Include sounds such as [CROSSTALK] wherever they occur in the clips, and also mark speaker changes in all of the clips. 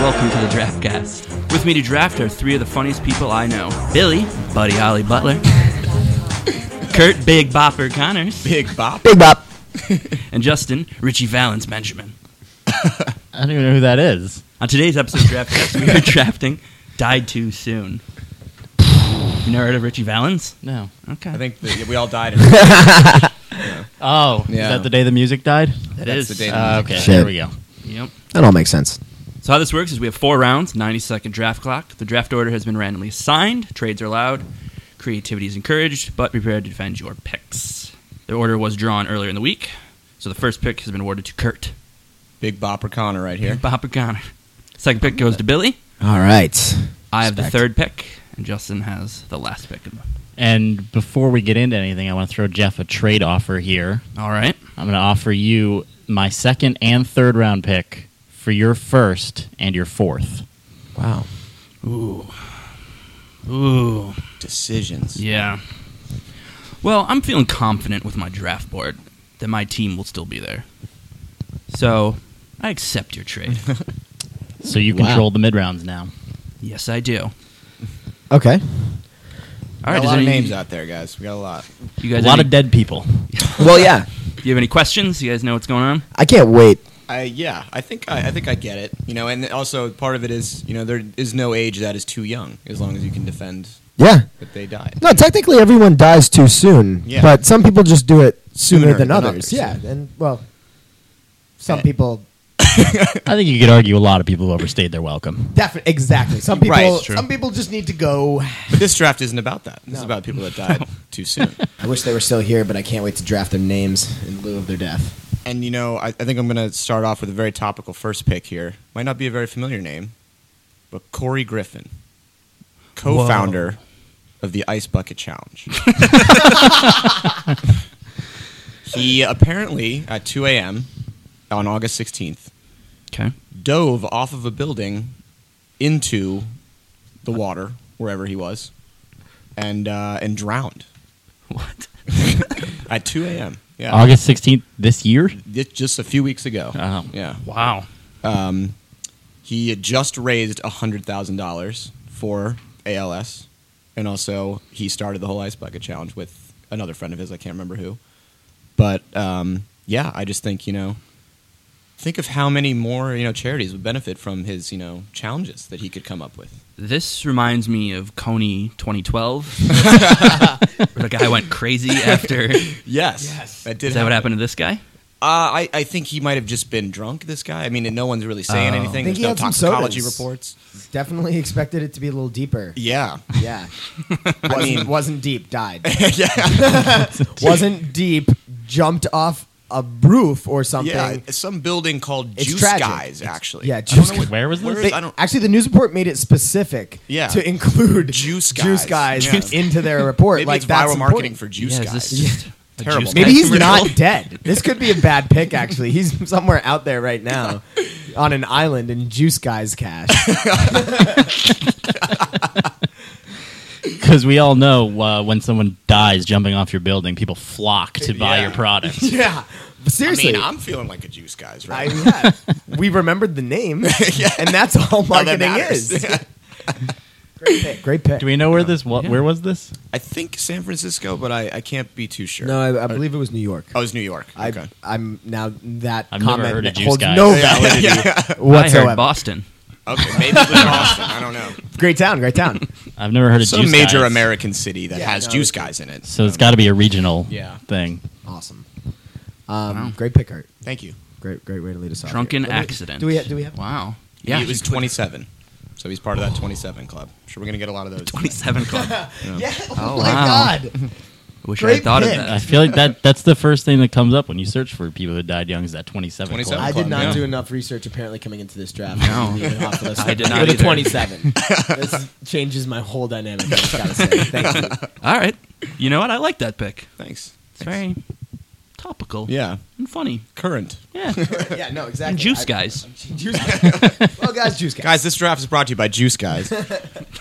Speaker 1: welcome to the Draftcast. With me to draft are three of the funniest people I know Billy, Buddy Holly Butler, Kurt Big Bopper Connors,
Speaker 2: Big Bop. [LAUGHS]
Speaker 3: Big Bop.
Speaker 1: and Justin Richie Valens Benjamin.
Speaker 3: I don't even know who that is.
Speaker 1: On today's episode of Draftcast, we are drafting Died Too Soon. You never heard of Richie Valens?
Speaker 3: No.
Speaker 1: Okay.
Speaker 2: I think that we all died. In [LAUGHS] it.
Speaker 3: Oh,
Speaker 2: Yeah.
Speaker 3: is that the day the music died?
Speaker 1: That
Speaker 2: That's
Speaker 1: is-
Speaker 2: the day.
Speaker 3: Uh, okay,
Speaker 4: Shit.
Speaker 3: there we go.
Speaker 1: Yep.
Speaker 4: That all makes sense.
Speaker 1: So how this works is we have four rounds, 90 second draft clock. The draft order has been randomly assigned. Trades are allowed. Creativity is encouraged, but be prepared to defend your picks. The order was drawn earlier in the week, so the first pick has been awarded to Kurt.
Speaker 2: Big Bopper Connor right here.
Speaker 1: Bob O'Connor. Second pick goes to Billy.
Speaker 4: All right.
Speaker 1: I have the
Speaker 4: Respect.
Speaker 1: third pick, and Justin has the last pick. of the-
Speaker 3: And before we get into anything, I want to throw Jeff a trade offer here.
Speaker 1: All right.
Speaker 3: I'm going to offer you my second and third round pick for your first and your fourth.
Speaker 4: Wow.
Speaker 1: Ooh. Ooh.
Speaker 2: Decisions.
Speaker 1: Yeah. Well, I'm feeling confident with my draft board that my team will still be there. So I accept your trade.
Speaker 3: So you
Speaker 4: Wow.
Speaker 3: control the mid rounds now.
Speaker 1: yes, I do. All
Speaker 4: Okay.
Speaker 2: [LAUGHS] Got a
Speaker 1: does
Speaker 2: lot of
Speaker 1: any-
Speaker 2: names out there, guys. We got a lot.
Speaker 1: You
Speaker 3: A
Speaker 1: guys,
Speaker 3: lot
Speaker 1: any-
Speaker 3: of dead people.
Speaker 4: Well, yeah.
Speaker 1: do you have any questions? You guys know what's going on?
Speaker 4: I can't wait.
Speaker 2: I yeah. I think I, I think I get it. You know, and also part of it is you know there is no age that is too young as long as you can defend
Speaker 4: Yeah.
Speaker 2: that they died.
Speaker 4: No, technically everyone dies too soon,
Speaker 2: Yeah.
Speaker 4: but some people just do it sooner,
Speaker 2: Sooner
Speaker 4: than,
Speaker 2: than others,
Speaker 4: others.
Speaker 2: Eh.
Speaker 4: Yeah. And well, some
Speaker 2: Yeah.
Speaker 4: people
Speaker 3: [LAUGHS] I think you could argue a lot of people have overstayed their welcome.
Speaker 4: definitely exactly. Some people
Speaker 2: Right, it's true.
Speaker 4: some people just need to go.
Speaker 2: But this draft isn't about that. This is
Speaker 4: No.
Speaker 2: about people that [LAUGHS] died too soon.
Speaker 4: I wish they were still here, but I can't wait to draft their names in lieu of their death.
Speaker 2: And you know, I, I think I'm going to start off with a very topical first pick here. Might not be a very familiar name, but Corey Griffin, co-founder of the Ice Bucket Challenge. he apparently at 2 a.m. on August 16th
Speaker 1: Okay.
Speaker 2: dove off of a building into the water wherever he was, and uh, and drowned
Speaker 1: What?
Speaker 2: at 2 a.m. Yeah,
Speaker 3: August 16th this year?
Speaker 2: Ju- just a few weeks ago.
Speaker 3: Oh.
Speaker 2: Yeah.
Speaker 1: Wow.
Speaker 2: Um, he had just raised hundred thousand dollars for ALS, and also he started the whole ice bucket challenge with another friend of his. I can't remember who, but um, yeah, I just think you know, think of how many more you know charities would benefit from his you know challenges that he could come up with.
Speaker 1: This reminds me of Coney 2012, where the guy went crazy after. Is
Speaker 2: Yes, yes, that did.
Speaker 1: that what happened to this guy?
Speaker 2: Uh, I, I think he might have just been drunk. This guy. I mean, and no one's really saying
Speaker 1: Oh.
Speaker 2: anything.
Speaker 4: Think
Speaker 2: There's
Speaker 4: he
Speaker 2: no
Speaker 4: had some
Speaker 2: toxicology
Speaker 4: sodas.
Speaker 2: reports.
Speaker 4: Definitely expected it to be a little deeper.
Speaker 2: Yeah,
Speaker 4: [LAUGHS]
Speaker 2: [LAUGHS]
Speaker 4: Yeah. wasn't,
Speaker 2: mean-
Speaker 4: wasn't deep, died.
Speaker 2: [LAUGHS] yeah,
Speaker 4: [LAUGHS] wasn't deep, jumped off a roof or something.
Speaker 2: yeah. it's Some building called
Speaker 4: It's
Speaker 2: Juice
Speaker 4: tragic.
Speaker 2: Guys.
Speaker 4: It's-
Speaker 2: Actually,
Speaker 4: yeah,
Speaker 2: I don't
Speaker 4: Juice
Speaker 2: know
Speaker 4: Guys.
Speaker 3: Where was this?
Speaker 2: Where is,
Speaker 4: They-
Speaker 2: I don't,
Speaker 4: actually, the news report made it specific
Speaker 2: Yeah.
Speaker 4: to include
Speaker 2: Juice
Speaker 4: juice
Speaker 2: guys.
Speaker 4: guys
Speaker 2: Yeah.
Speaker 4: into their report.
Speaker 2: maybe
Speaker 4: like
Speaker 2: it's
Speaker 4: that's
Speaker 2: viral marketing
Speaker 4: important.
Speaker 2: for Juice
Speaker 1: yeah,
Speaker 2: Guys.
Speaker 1: Is this just a
Speaker 2: Terrible.
Speaker 1: Juice
Speaker 4: Maybe
Speaker 1: Guy
Speaker 4: he's
Speaker 1: commercial?
Speaker 4: not dead. This could be a bad pick. Actually, he's [LAUGHS] somewhere out there right now, on an island in Juice Guys cash.
Speaker 3: Because we all know uh, when someone dies jumping off your building, people flock to
Speaker 2: [LAUGHS]
Speaker 3: buy
Speaker 2: Yeah.
Speaker 3: your product.
Speaker 4: yeah, But
Speaker 2: I
Speaker 4: seriously.
Speaker 2: mean, I'm feeling like a Juice Guys
Speaker 4: I-
Speaker 2: right.
Speaker 4: yeah. we remembered
Speaker 2: [LAUGHS]
Speaker 4: the name, and that's all
Speaker 2: Now that
Speaker 4: marketing
Speaker 2: matters. [LAUGHS]
Speaker 4: is. [LAUGHS] Great pick. Great
Speaker 3: [LAUGHS]
Speaker 4: pick.
Speaker 3: Do we know where this? What? Where was this?
Speaker 2: I think San Francisco, but I, I can't be too sure.
Speaker 4: no, I, I believe it was New York.
Speaker 2: oh, it's New York.
Speaker 4: I, [LAUGHS]
Speaker 2: okay.
Speaker 4: I'm now that
Speaker 3: I've never
Speaker 4: comment
Speaker 3: heard of Juice
Speaker 4: holds
Speaker 3: Guys. [LAUGHS]
Speaker 4: no
Speaker 3: Yeah,
Speaker 4: value
Speaker 1: I heard
Speaker 4: whatsoever.
Speaker 1: Boston.
Speaker 2: Okay, maybe it was Boston. I don't know.
Speaker 4: Great town, great town.
Speaker 3: I've never heard of
Speaker 2: Some
Speaker 3: Juice
Speaker 2: major
Speaker 3: Guys.
Speaker 2: American city that
Speaker 4: Yeah,
Speaker 2: has
Speaker 4: no,
Speaker 2: Juice
Speaker 4: it's-
Speaker 2: Guys in it.
Speaker 3: So it's got to be a regional
Speaker 2: Yeah.
Speaker 3: thing.
Speaker 4: awesome. Um, Great pick, Art.
Speaker 2: Thank you.
Speaker 4: Great, great way to lead us off.
Speaker 1: Drunken
Speaker 4: here.
Speaker 1: accident.
Speaker 4: Do we? Do we have?
Speaker 1: Wow.
Speaker 2: Yeah,
Speaker 1: Yeah.
Speaker 2: he
Speaker 1: [LAUGHS]
Speaker 2: was 27. So he's part of that 27 club. Sure, we're gonna get a lot
Speaker 4: [LAUGHS]
Speaker 2: of those.
Speaker 1: 27 club.
Speaker 4: Yeah.
Speaker 1: Oh,
Speaker 4: Oh my
Speaker 1: wow.
Speaker 4: God.
Speaker 1: Wish I
Speaker 4: Great
Speaker 1: had thought
Speaker 4: pick.
Speaker 1: of
Speaker 3: I
Speaker 1: that.
Speaker 3: feel like that that's the first thing that comes up when you search for people who died young is that 27.
Speaker 2: 27.
Speaker 3: club.
Speaker 4: I did not
Speaker 2: Yeah.
Speaker 4: do enough research apparently coming into this draft.
Speaker 1: No.
Speaker 4: Even off the list.
Speaker 1: I did not
Speaker 4: You're the
Speaker 1: either. [LAUGHS]
Speaker 4: 27. this changes my whole dynamic. I just gotta say. Thank you.
Speaker 1: [LAUGHS] All right. You know what? I like that pick.
Speaker 2: Thanks.
Speaker 1: It's very topical
Speaker 2: Yeah,
Speaker 1: and funny.
Speaker 2: current
Speaker 1: Yeah.
Speaker 4: Yeah, no, exactly.
Speaker 1: And juice
Speaker 4: I-
Speaker 1: guys.
Speaker 4: Juice guys. [LAUGHS] well, guys, juice guys.
Speaker 2: guys. This draft is brought to you by Juice Guys.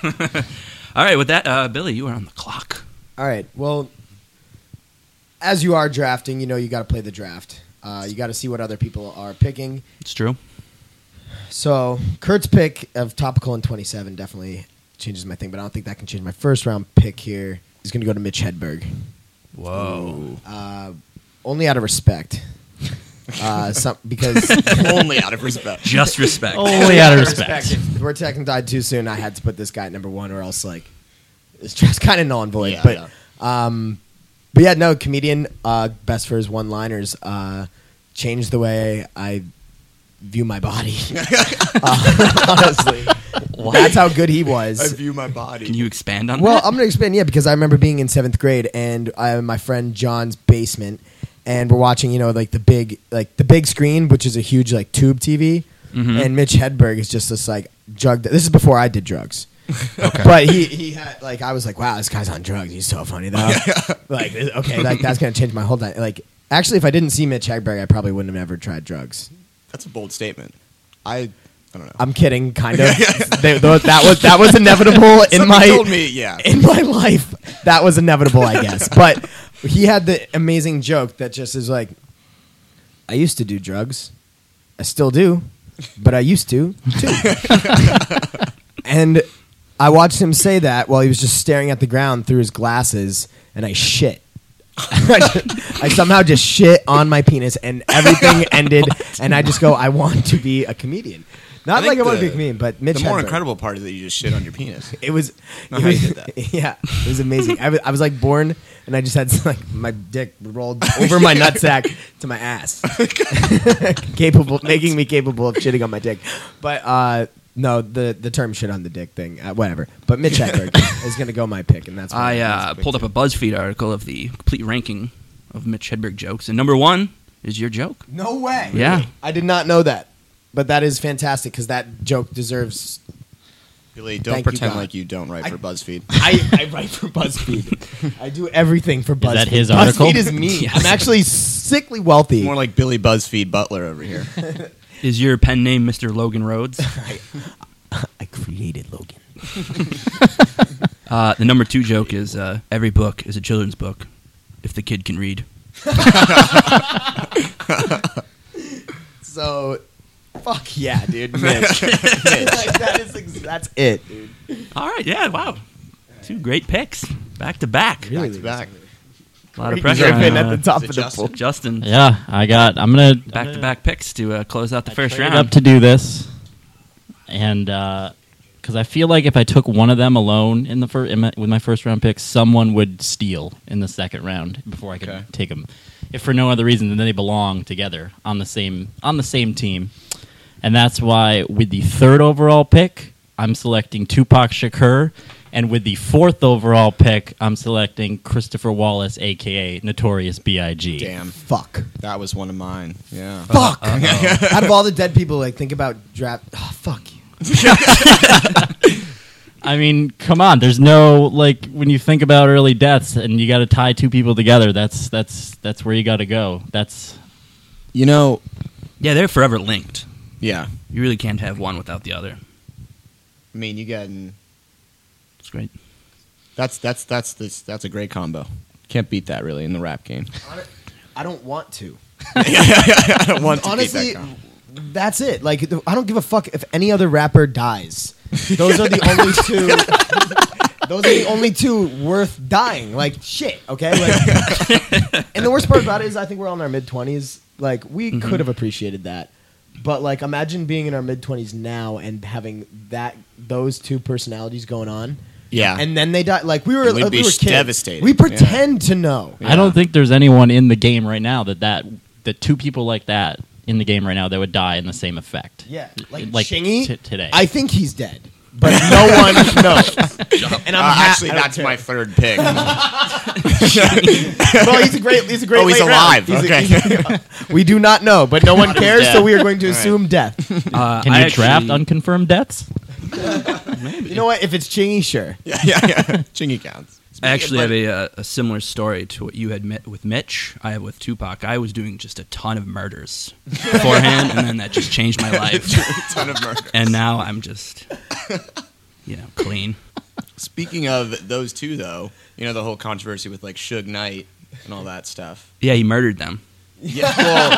Speaker 1: All right. With that, uh, Billy, you are on the clock.
Speaker 4: All right. Well, as you are drafting, you know you got to play the draft. Uh, you got to see what other people are picking.
Speaker 1: It's true.
Speaker 4: So Kurt's pick of topical and 27 definitely changes my thing, but I don't think that can change my first round pick here. He's going to go to Mitch Hedberg,
Speaker 1: Whoa.
Speaker 4: only out
Speaker 3: [LAUGHS]
Speaker 4: of respect. Uh, some, because
Speaker 2: [LAUGHS] Only out of respect.
Speaker 1: Just respect.
Speaker 3: Only out of respect.
Speaker 4: If we're taking died too soon, I had to put this guy at number one, or else like it's just kind of null and void.
Speaker 2: Yeah,
Speaker 4: but um, but yeah, no comedian. Uh, best for his one-liners. Uh, changed the way I view my body.
Speaker 3: [LAUGHS]
Speaker 4: Uh, [LAUGHS] honestly, that's how good he
Speaker 2: I
Speaker 4: was.
Speaker 2: view my body.
Speaker 1: Can you expand on
Speaker 4: Well,
Speaker 1: that?
Speaker 4: I'm gonna expand, yeah, because I remember being in seventh grade and I am in my friend John's basement, and we're watching, you know, like the big, like the big screen, which is a huge like tube TV, and Mitch Hedberg is just this like drug. This is before I did drugs. But he, he had like I was like wow this guy's on drugs he's so funny though [LAUGHS] like okay like that's gonna change my whole di- like actually if I didn't see Mitch Hedberg I probably wouldn't have ever tried drugs
Speaker 2: That's a bold statement. I, I don't know.
Speaker 4: I'm kidding
Speaker 2: [LAUGHS]
Speaker 4: kind of They- tho- that was that was inevitable in
Speaker 2: Somebody
Speaker 4: my
Speaker 2: told me, yeah.
Speaker 4: [LAUGHS] in my life that was inevitable i guess
Speaker 2: [LAUGHS]
Speaker 4: but he had the amazing joke that just is like i used to do drugs i still do but i used to too and i watched him say that while he was just staring at the ground through his glasses and i shit [LAUGHS] I somehow just shit on my penis and
Speaker 2: [LAUGHS]
Speaker 4: everything ended, and I just go, I want to be a comedian. Not
Speaker 2: I
Speaker 4: like
Speaker 2: think
Speaker 4: I want to be a
Speaker 2: the-
Speaker 4: comedian, but Mitch
Speaker 2: the more
Speaker 4: Hedberg.
Speaker 2: incredible part is that you just shit on your
Speaker 4: [LAUGHS]
Speaker 2: penis.
Speaker 4: It was.
Speaker 2: Not
Speaker 4: it
Speaker 2: how
Speaker 4: was-
Speaker 2: you did that.
Speaker 4: [LAUGHS] Yeah, it was amazing. I was, I was like born, and I just had [LAUGHS] like my dick rolled over my nutsack to my ass, [LAUGHS] capable making me capable of shitting on my dick. But uh, no, the the term "shit on the dick" thing, uh, whatever. But Mitch Hedberg is gonna go my pick, and that's why
Speaker 1: I uh, pulled up a BuzzFeed article of the complete ranking of Mitch Hedberg jokes, and number one is your joke.
Speaker 4: No way.
Speaker 1: Yeah.
Speaker 4: I did not know that, but that is fantastic because that joke deserves.
Speaker 2: Really, don't
Speaker 4: Thank you,
Speaker 2: pretend
Speaker 4: God.
Speaker 2: like you don't write
Speaker 4: I-
Speaker 2: for BuzzFeed.
Speaker 4: I, I write for BuzzFeed. I do everything for BuzzFeed.
Speaker 3: that his article?
Speaker 4: BuzzFeed
Speaker 3: [LAUGHS]
Speaker 4: is me.
Speaker 1: Yes.
Speaker 4: I'm actually sickly wealthy.
Speaker 2: More like Billy BuzzFeed Butler over
Speaker 4: [LAUGHS]
Speaker 2: here.
Speaker 1: Is your pen name Mr. Logan
Speaker 3: [LAUGHS]
Speaker 1: Rhodes?
Speaker 4: I created Logan.
Speaker 1: Uh, the number two joke is uh, every book is a children's book if the kid can read.
Speaker 4: So, fuck yeah, [LAUGHS] dude. Mitch. Like, that is ex- that's it, dude.
Speaker 1: All right, yeah, wow. Two great picks back to back.
Speaker 2: Back to back.
Speaker 1: A lot of
Speaker 4: Great
Speaker 1: pressure on
Speaker 4: jumping at
Speaker 1: uh,
Speaker 4: the top
Speaker 2: is
Speaker 4: of
Speaker 2: it
Speaker 4: the
Speaker 2: Justin?
Speaker 4: pool.
Speaker 1: Justin.
Speaker 3: Yeah, I got. I'm gonna
Speaker 1: Back to back picks to uh, close out the first
Speaker 3: traded
Speaker 1: round.
Speaker 3: up to do this, and because I feel like if I took one of them alone in the first in my, with my first round pick, someone would steal in the second round before I could
Speaker 2: Okay.
Speaker 3: take them. If for no other reason than they belong together on the same on the same team, and that's why with the third overall pick, I'm selecting Tupac Shakur. And with the fourth overall pick, I'm selecting Christopher Wallace, aka Notorious B.I.G.
Speaker 2: Damn,
Speaker 4: Fuck.
Speaker 2: that was one of mine. Yeah.
Speaker 4: Fuck. Out of all the dead people, like, think about draft. Oh, fuck you.
Speaker 3: I mean, come on. There's no like when you think about early deaths and you got to tie two people together. That's that's that's where you got to go. That's
Speaker 2: You know,
Speaker 1: Yeah, they're forever linked.
Speaker 2: yeah.
Speaker 1: You really can't have one without the other.
Speaker 2: I mean, you getting
Speaker 1: It's great.
Speaker 2: that's that's that's this that's a great combo. Can't beat that really in the rap
Speaker 4: [LAUGHS]
Speaker 2: game. [LAUGHS]
Speaker 4: I don't want to.
Speaker 2: I don't want to
Speaker 4: Honestly,
Speaker 2: beat that combo.
Speaker 4: that's it. Like, th- I don't give a fuck if any other rapper dies. Those are
Speaker 2: [LAUGHS]
Speaker 4: the only two. Those are the only two worth dying. Like shit, okay.
Speaker 2: [LAUGHS]
Speaker 4: Like, and the worst part about it is, I think we're all in our mid twenties. Like we
Speaker 2: Mm-hmm.
Speaker 4: could have appreciated that, but like imagine being in our mid twenties now and having that those two personalities going on.
Speaker 2: Yeah.
Speaker 4: and then they die. Like we were,
Speaker 2: Ah. And we'd
Speaker 4: uh, we
Speaker 2: be
Speaker 4: were kids.
Speaker 2: devastated.
Speaker 4: We
Speaker 2: Yeah.
Speaker 4: pretend to know.
Speaker 3: I don't think there's anyone in the game right now that that that two people like that in the game right now that would die in the same effect.
Speaker 4: Yeah, like,
Speaker 3: Like
Speaker 4: Chingy
Speaker 3: t- today.
Speaker 4: I think he's dead, but no [LAUGHS] one knows. And I'm
Speaker 2: Uh,
Speaker 4: ha-
Speaker 2: actually,
Speaker 4: I don't
Speaker 2: that's
Speaker 4: care.
Speaker 2: my third pick.
Speaker 4: [LAUGHS]
Speaker 2: [LAUGHS]
Speaker 4: Well, he's a great. He's a great.
Speaker 2: Oh, he's
Speaker 4: late
Speaker 2: alive.
Speaker 4: round. He's a-
Speaker 2: Okay.
Speaker 4: he's- [LAUGHS] we do not know, but no one cares,
Speaker 2: dead.
Speaker 4: so we are going to
Speaker 2: All right.
Speaker 4: assume [LAUGHS] death.
Speaker 1: Uh,
Speaker 3: [LAUGHS] Can
Speaker 1: I
Speaker 3: you draft
Speaker 1: actually-
Speaker 3: unconfirmed deaths?
Speaker 4: You know what? If it's Chingy, sure.
Speaker 2: yeah, yeah, yeah. Chingy counts.
Speaker 1: I actually have a, uh, a similar story to what you had met with Mitch. I have with Tupac. I was doing just a ton of
Speaker 2: [LAUGHS]
Speaker 1: murders beforehand, and then that just changed my life.
Speaker 2: ton of murder.
Speaker 1: And now I'm just, you know, clean.
Speaker 2: Speaking of those two, though, you know the whole controversy with like Suge Knight and all that stuff.
Speaker 1: Yeah, he murdered them.
Speaker 2: Yeah. Well,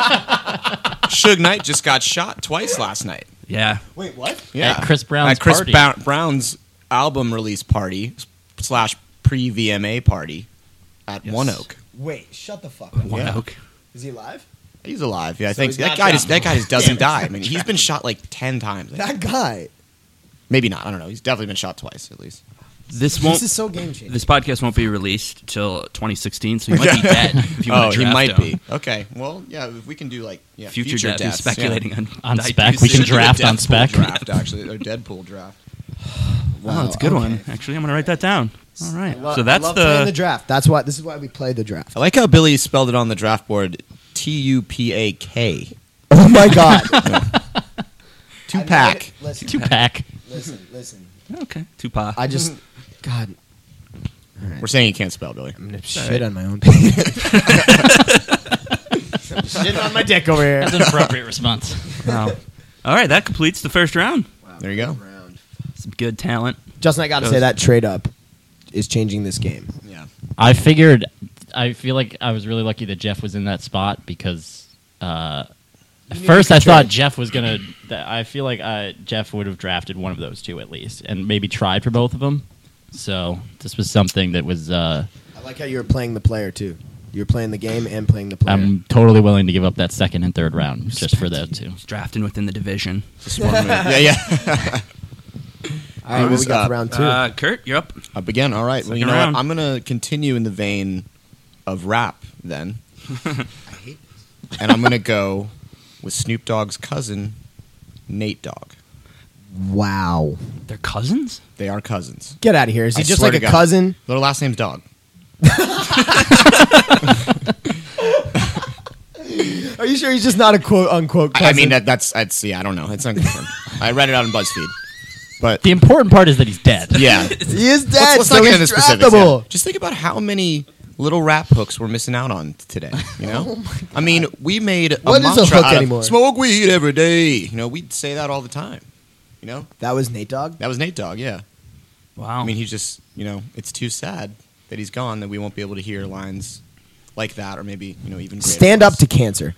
Speaker 2: Suge Knight just got shot twice last night.
Speaker 1: Yeah.
Speaker 4: Wait, what?
Speaker 2: Yeah,
Speaker 3: At Chris Brown's
Speaker 2: At Chris
Speaker 3: party.
Speaker 2: Brown- Brown's album release party s- slash pre VMA party at
Speaker 1: Yes.
Speaker 2: One Oak.
Speaker 4: Wait, shut the fuck up.
Speaker 1: One
Speaker 2: Yeah.
Speaker 1: Oak.
Speaker 4: Is he alive?
Speaker 2: He's alive. Yeah, I So think he's that not guy shot. just that guy just doesn't die. I mean, he's
Speaker 1: Trapped.
Speaker 2: been shot like ten times. I think.
Speaker 4: That guy.
Speaker 2: Maybe not. I don't know. He's definitely been shot twice at least.
Speaker 1: This won't.
Speaker 4: This is so game changing.
Speaker 1: This podcast won't be released till 2016, so he might be dead. If you
Speaker 2: [LAUGHS] oh,
Speaker 1: want to
Speaker 2: he
Speaker 1: draft
Speaker 2: might
Speaker 1: him.
Speaker 2: be. Okay. Well, yeah. If we can do like yeah,
Speaker 1: Future,
Speaker 2: future
Speaker 1: death.
Speaker 2: deaths,
Speaker 1: Who's speculating
Speaker 2: yeah.
Speaker 1: on
Speaker 3: On
Speaker 1: I-
Speaker 3: spec,
Speaker 1: who's
Speaker 3: we can
Speaker 1: it?
Speaker 2: Should do a
Speaker 3: draft on
Speaker 2: Deadpool
Speaker 3: spec. [LAUGHS]
Speaker 2: Draft actually, or Deadpool draft.
Speaker 1: Wow, that's a good
Speaker 4: Oh,
Speaker 1: one.
Speaker 4: okay.
Speaker 1: Actually, I'm gonna write that down. All right.
Speaker 4: I lo-
Speaker 1: so
Speaker 4: I
Speaker 1: that's
Speaker 4: love playing the
Speaker 1: the.
Speaker 4: draft. That's why. This is why we play the draft.
Speaker 2: I like how Billy spelled it on the draft board: T U P A K.
Speaker 4: Oh my [LAUGHS] god.
Speaker 2: Two pack.
Speaker 4: Listen,
Speaker 3: Two pack.
Speaker 4: listen, listen.
Speaker 1: okay, Tupac.
Speaker 4: I [LAUGHS] just, God,
Speaker 2: We're saying you can't spell, Billy.
Speaker 4: I'm gonna shit on my own. shit on my dick over here.
Speaker 3: That's an appropriate [LAUGHS] response.
Speaker 4: [LAUGHS]
Speaker 1: Wow. All right, that completes the first round.
Speaker 2: There you go.
Speaker 1: Some good talent.
Speaker 4: Justin, I gotta say that trade up is changing this game.
Speaker 2: Yeah.
Speaker 3: I figured. I feel like I was really lucky that Jeff was in that spot because uh, at first I thought Jeff was gonna. That I feel like uh, Jeff would have drafted one of those two at least, and maybe tried for both of them. So this was something that was. Uh,
Speaker 4: I like how you were playing the player too. You were playing the game and playing the player.
Speaker 2: Um,
Speaker 3: I'm totally willing to give up that second and third round just for those two.
Speaker 1: He's drafting within the division.
Speaker 2: It's a smart move. Yeah, [LAUGHS] yeah.
Speaker 4: All right,
Speaker 2: it
Speaker 4: what we
Speaker 2: was,
Speaker 4: got
Speaker 2: uh,
Speaker 4: for round
Speaker 1: [LAUGHS]
Speaker 4: two?
Speaker 1: Uh, Kurt, you're up.
Speaker 2: Up again. All right. Well, you
Speaker 1: Second
Speaker 2: know
Speaker 1: round.
Speaker 2: what? I'm gonna continue in the vein of rap [LAUGHS] then,
Speaker 4: I hate
Speaker 2: and I'm gonna go with Snoop Dogg's cousin, Nate Dogg.
Speaker 4: wow.
Speaker 1: They're cousins.
Speaker 2: They are cousins.
Speaker 4: Get out of here. Is he
Speaker 2: I
Speaker 4: just
Speaker 2: swear
Speaker 4: like a
Speaker 2: to God.
Speaker 4: cousin?
Speaker 2: Their last name's Dog.
Speaker 4: Are you sure he's just not a quote unquote cousin?
Speaker 2: I, I mean, that, that's that's yeah. I don't know. It's unconfirmed. [LAUGHS] I read it out on BuzzFeed, but
Speaker 3: The important part is that he's dead.
Speaker 2: [LAUGHS] yeah.
Speaker 4: he is dead.
Speaker 2: Let's, let's not
Speaker 4: so
Speaker 2: get into
Speaker 4: he's
Speaker 2: specifics. yeah.
Speaker 4: draftable.
Speaker 2: Just think about how many little rap hooks we're missing out on today. You
Speaker 4: [LAUGHS]
Speaker 2: know, I mean, we made a
Speaker 4: Oh What is a
Speaker 2: mantra
Speaker 4: hook
Speaker 2: out of,
Speaker 4: anymore?
Speaker 2: Smoke weed every day. You know, we'd say that all the time. You know,
Speaker 4: That was Nate Dogg.
Speaker 2: that was Nate Dogg. Yeah,
Speaker 1: Wow.
Speaker 2: I mean, he's just you know, it's too sad that he's gone that we won't be able to hear lines like that, or maybe you know, even greater
Speaker 4: Stand up
Speaker 2: ones.
Speaker 4: to cancer.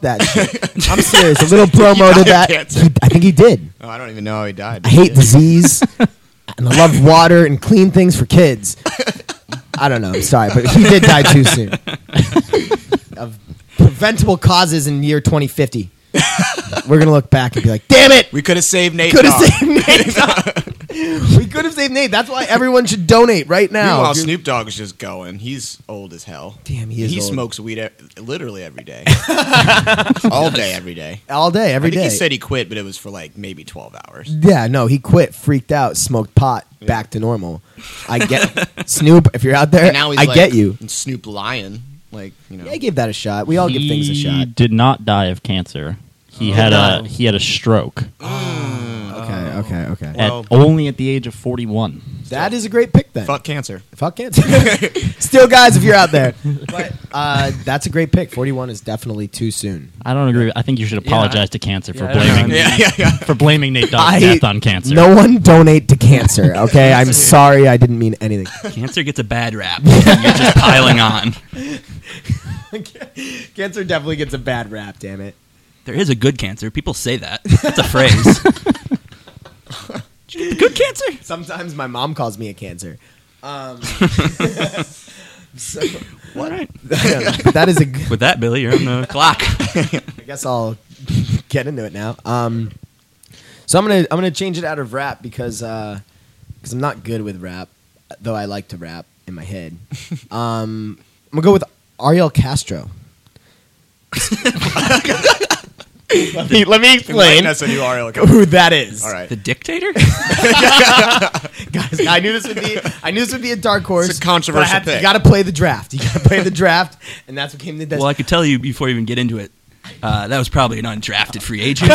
Speaker 2: [LAUGHS]
Speaker 4: that shit. I'm serious. A little promo to
Speaker 2: died of
Speaker 4: that.
Speaker 2: cancer.
Speaker 4: He- I think he did.
Speaker 2: Oh, I don't even know how he died.
Speaker 4: I
Speaker 2: [LAUGHS]
Speaker 4: hate disease. and I love water and clean things for kids. I don't know. I'm sorry, but he did die
Speaker 2: [LAUGHS]
Speaker 4: too soon. of preventable causes in year 2050. We're going to look back and be like, damn it.
Speaker 2: We could have saved Nate.
Speaker 4: Could have
Speaker 2: Dogg.
Speaker 4: saved Nate. Dogg." we could have saved Nate. That's why everyone should donate right now.
Speaker 2: Meanwhile,
Speaker 4: Dude.
Speaker 2: Snoop Dogg's just going. He's old as hell.
Speaker 4: Damn, he is old.
Speaker 2: smokes weed e- literally every
Speaker 4: [LAUGHS]
Speaker 2: day, all day, every day.
Speaker 4: All day, every
Speaker 2: I
Speaker 4: day. Uh,
Speaker 2: think he said he quit, but it was for like maybe twelve hours.
Speaker 4: Yeah, no, he quit, freaked out, smoked pot, back to normal.
Speaker 2: [LAUGHS]
Speaker 4: I get Snoop. If you're out there,
Speaker 2: And now he's
Speaker 4: I
Speaker 2: like,
Speaker 4: get you.
Speaker 2: Snoop Lion, like you know.
Speaker 4: Yeah, I gave that a shot. We all give things a
Speaker 3: He
Speaker 4: shot.
Speaker 3: Did not die of cancer. He had a he had a stroke
Speaker 2: Mm.
Speaker 4: Okay, okay, okay.
Speaker 2: Well-
Speaker 3: at only at the age of forty one.
Speaker 4: that is a great pick then.
Speaker 2: Fuck
Speaker 4: [LAUGHS]
Speaker 2: cancer.
Speaker 4: Fuck cancer. Still, guys, if you're out there, [LAUGHS] but uh, that's a great pick. Forty-one is definitely too soon.
Speaker 3: I don't agree. with- I think you should apologize to cancer for
Speaker 1: Yeah, I don't
Speaker 3: blaming
Speaker 1: know.
Speaker 2: [LAUGHS] yeah, yeah.
Speaker 3: for blaming Nate Dogg's
Speaker 4: I-
Speaker 3: death on cancer.
Speaker 4: No one donate to [LAUGHS] cancer. Okay, I'm sorry, I didn't mean anything.
Speaker 1: Cancer gets a bad rap. you're just piling on.
Speaker 4: [LAUGHS] cancer definitely gets a bad rap. Damn it.
Speaker 1: There is a good cancer. People say that. That's a
Speaker 4: [LAUGHS]
Speaker 1: phrase. Did you get the good cancer.
Speaker 4: Sometimes my mom calls me a cancer. Um, [LAUGHS] so,
Speaker 1: All right.
Speaker 4: I don't know. that is a. g-
Speaker 1: With that, Billy, you're on [LAUGHS] the clock.
Speaker 4: I guess I'll [LAUGHS] get into it now. Um, so I'm gonna I'm gonna change it out of rap because because I'm not good with rap, though I like to rap in my head. Um, I'm gonna go with Ariel Castro. let, me, [LAUGHS] let me
Speaker 2: Enlighten
Speaker 4: explain
Speaker 2: us a new
Speaker 4: [LAUGHS]
Speaker 2: Ariel.
Speaker 4: who that is.
Speaker 2: All right.
Speaker 1: The dictator.
Speaker 4: [LAUGHS] guys. I knew this would be. I knew this would be a dark horse.
Speaker 2: It's a controversial
Speaker 4: but I had to-
Speaker 2: pick.
Speaker 4: You got to play the draft. You got to play the draft, and that's what came to this.
Speaker 1: Well, I could tell you before you even get into it. Uh, that was probably an undrafted free
Speaker 4: [LAUGHS]
Speaker 1: agent.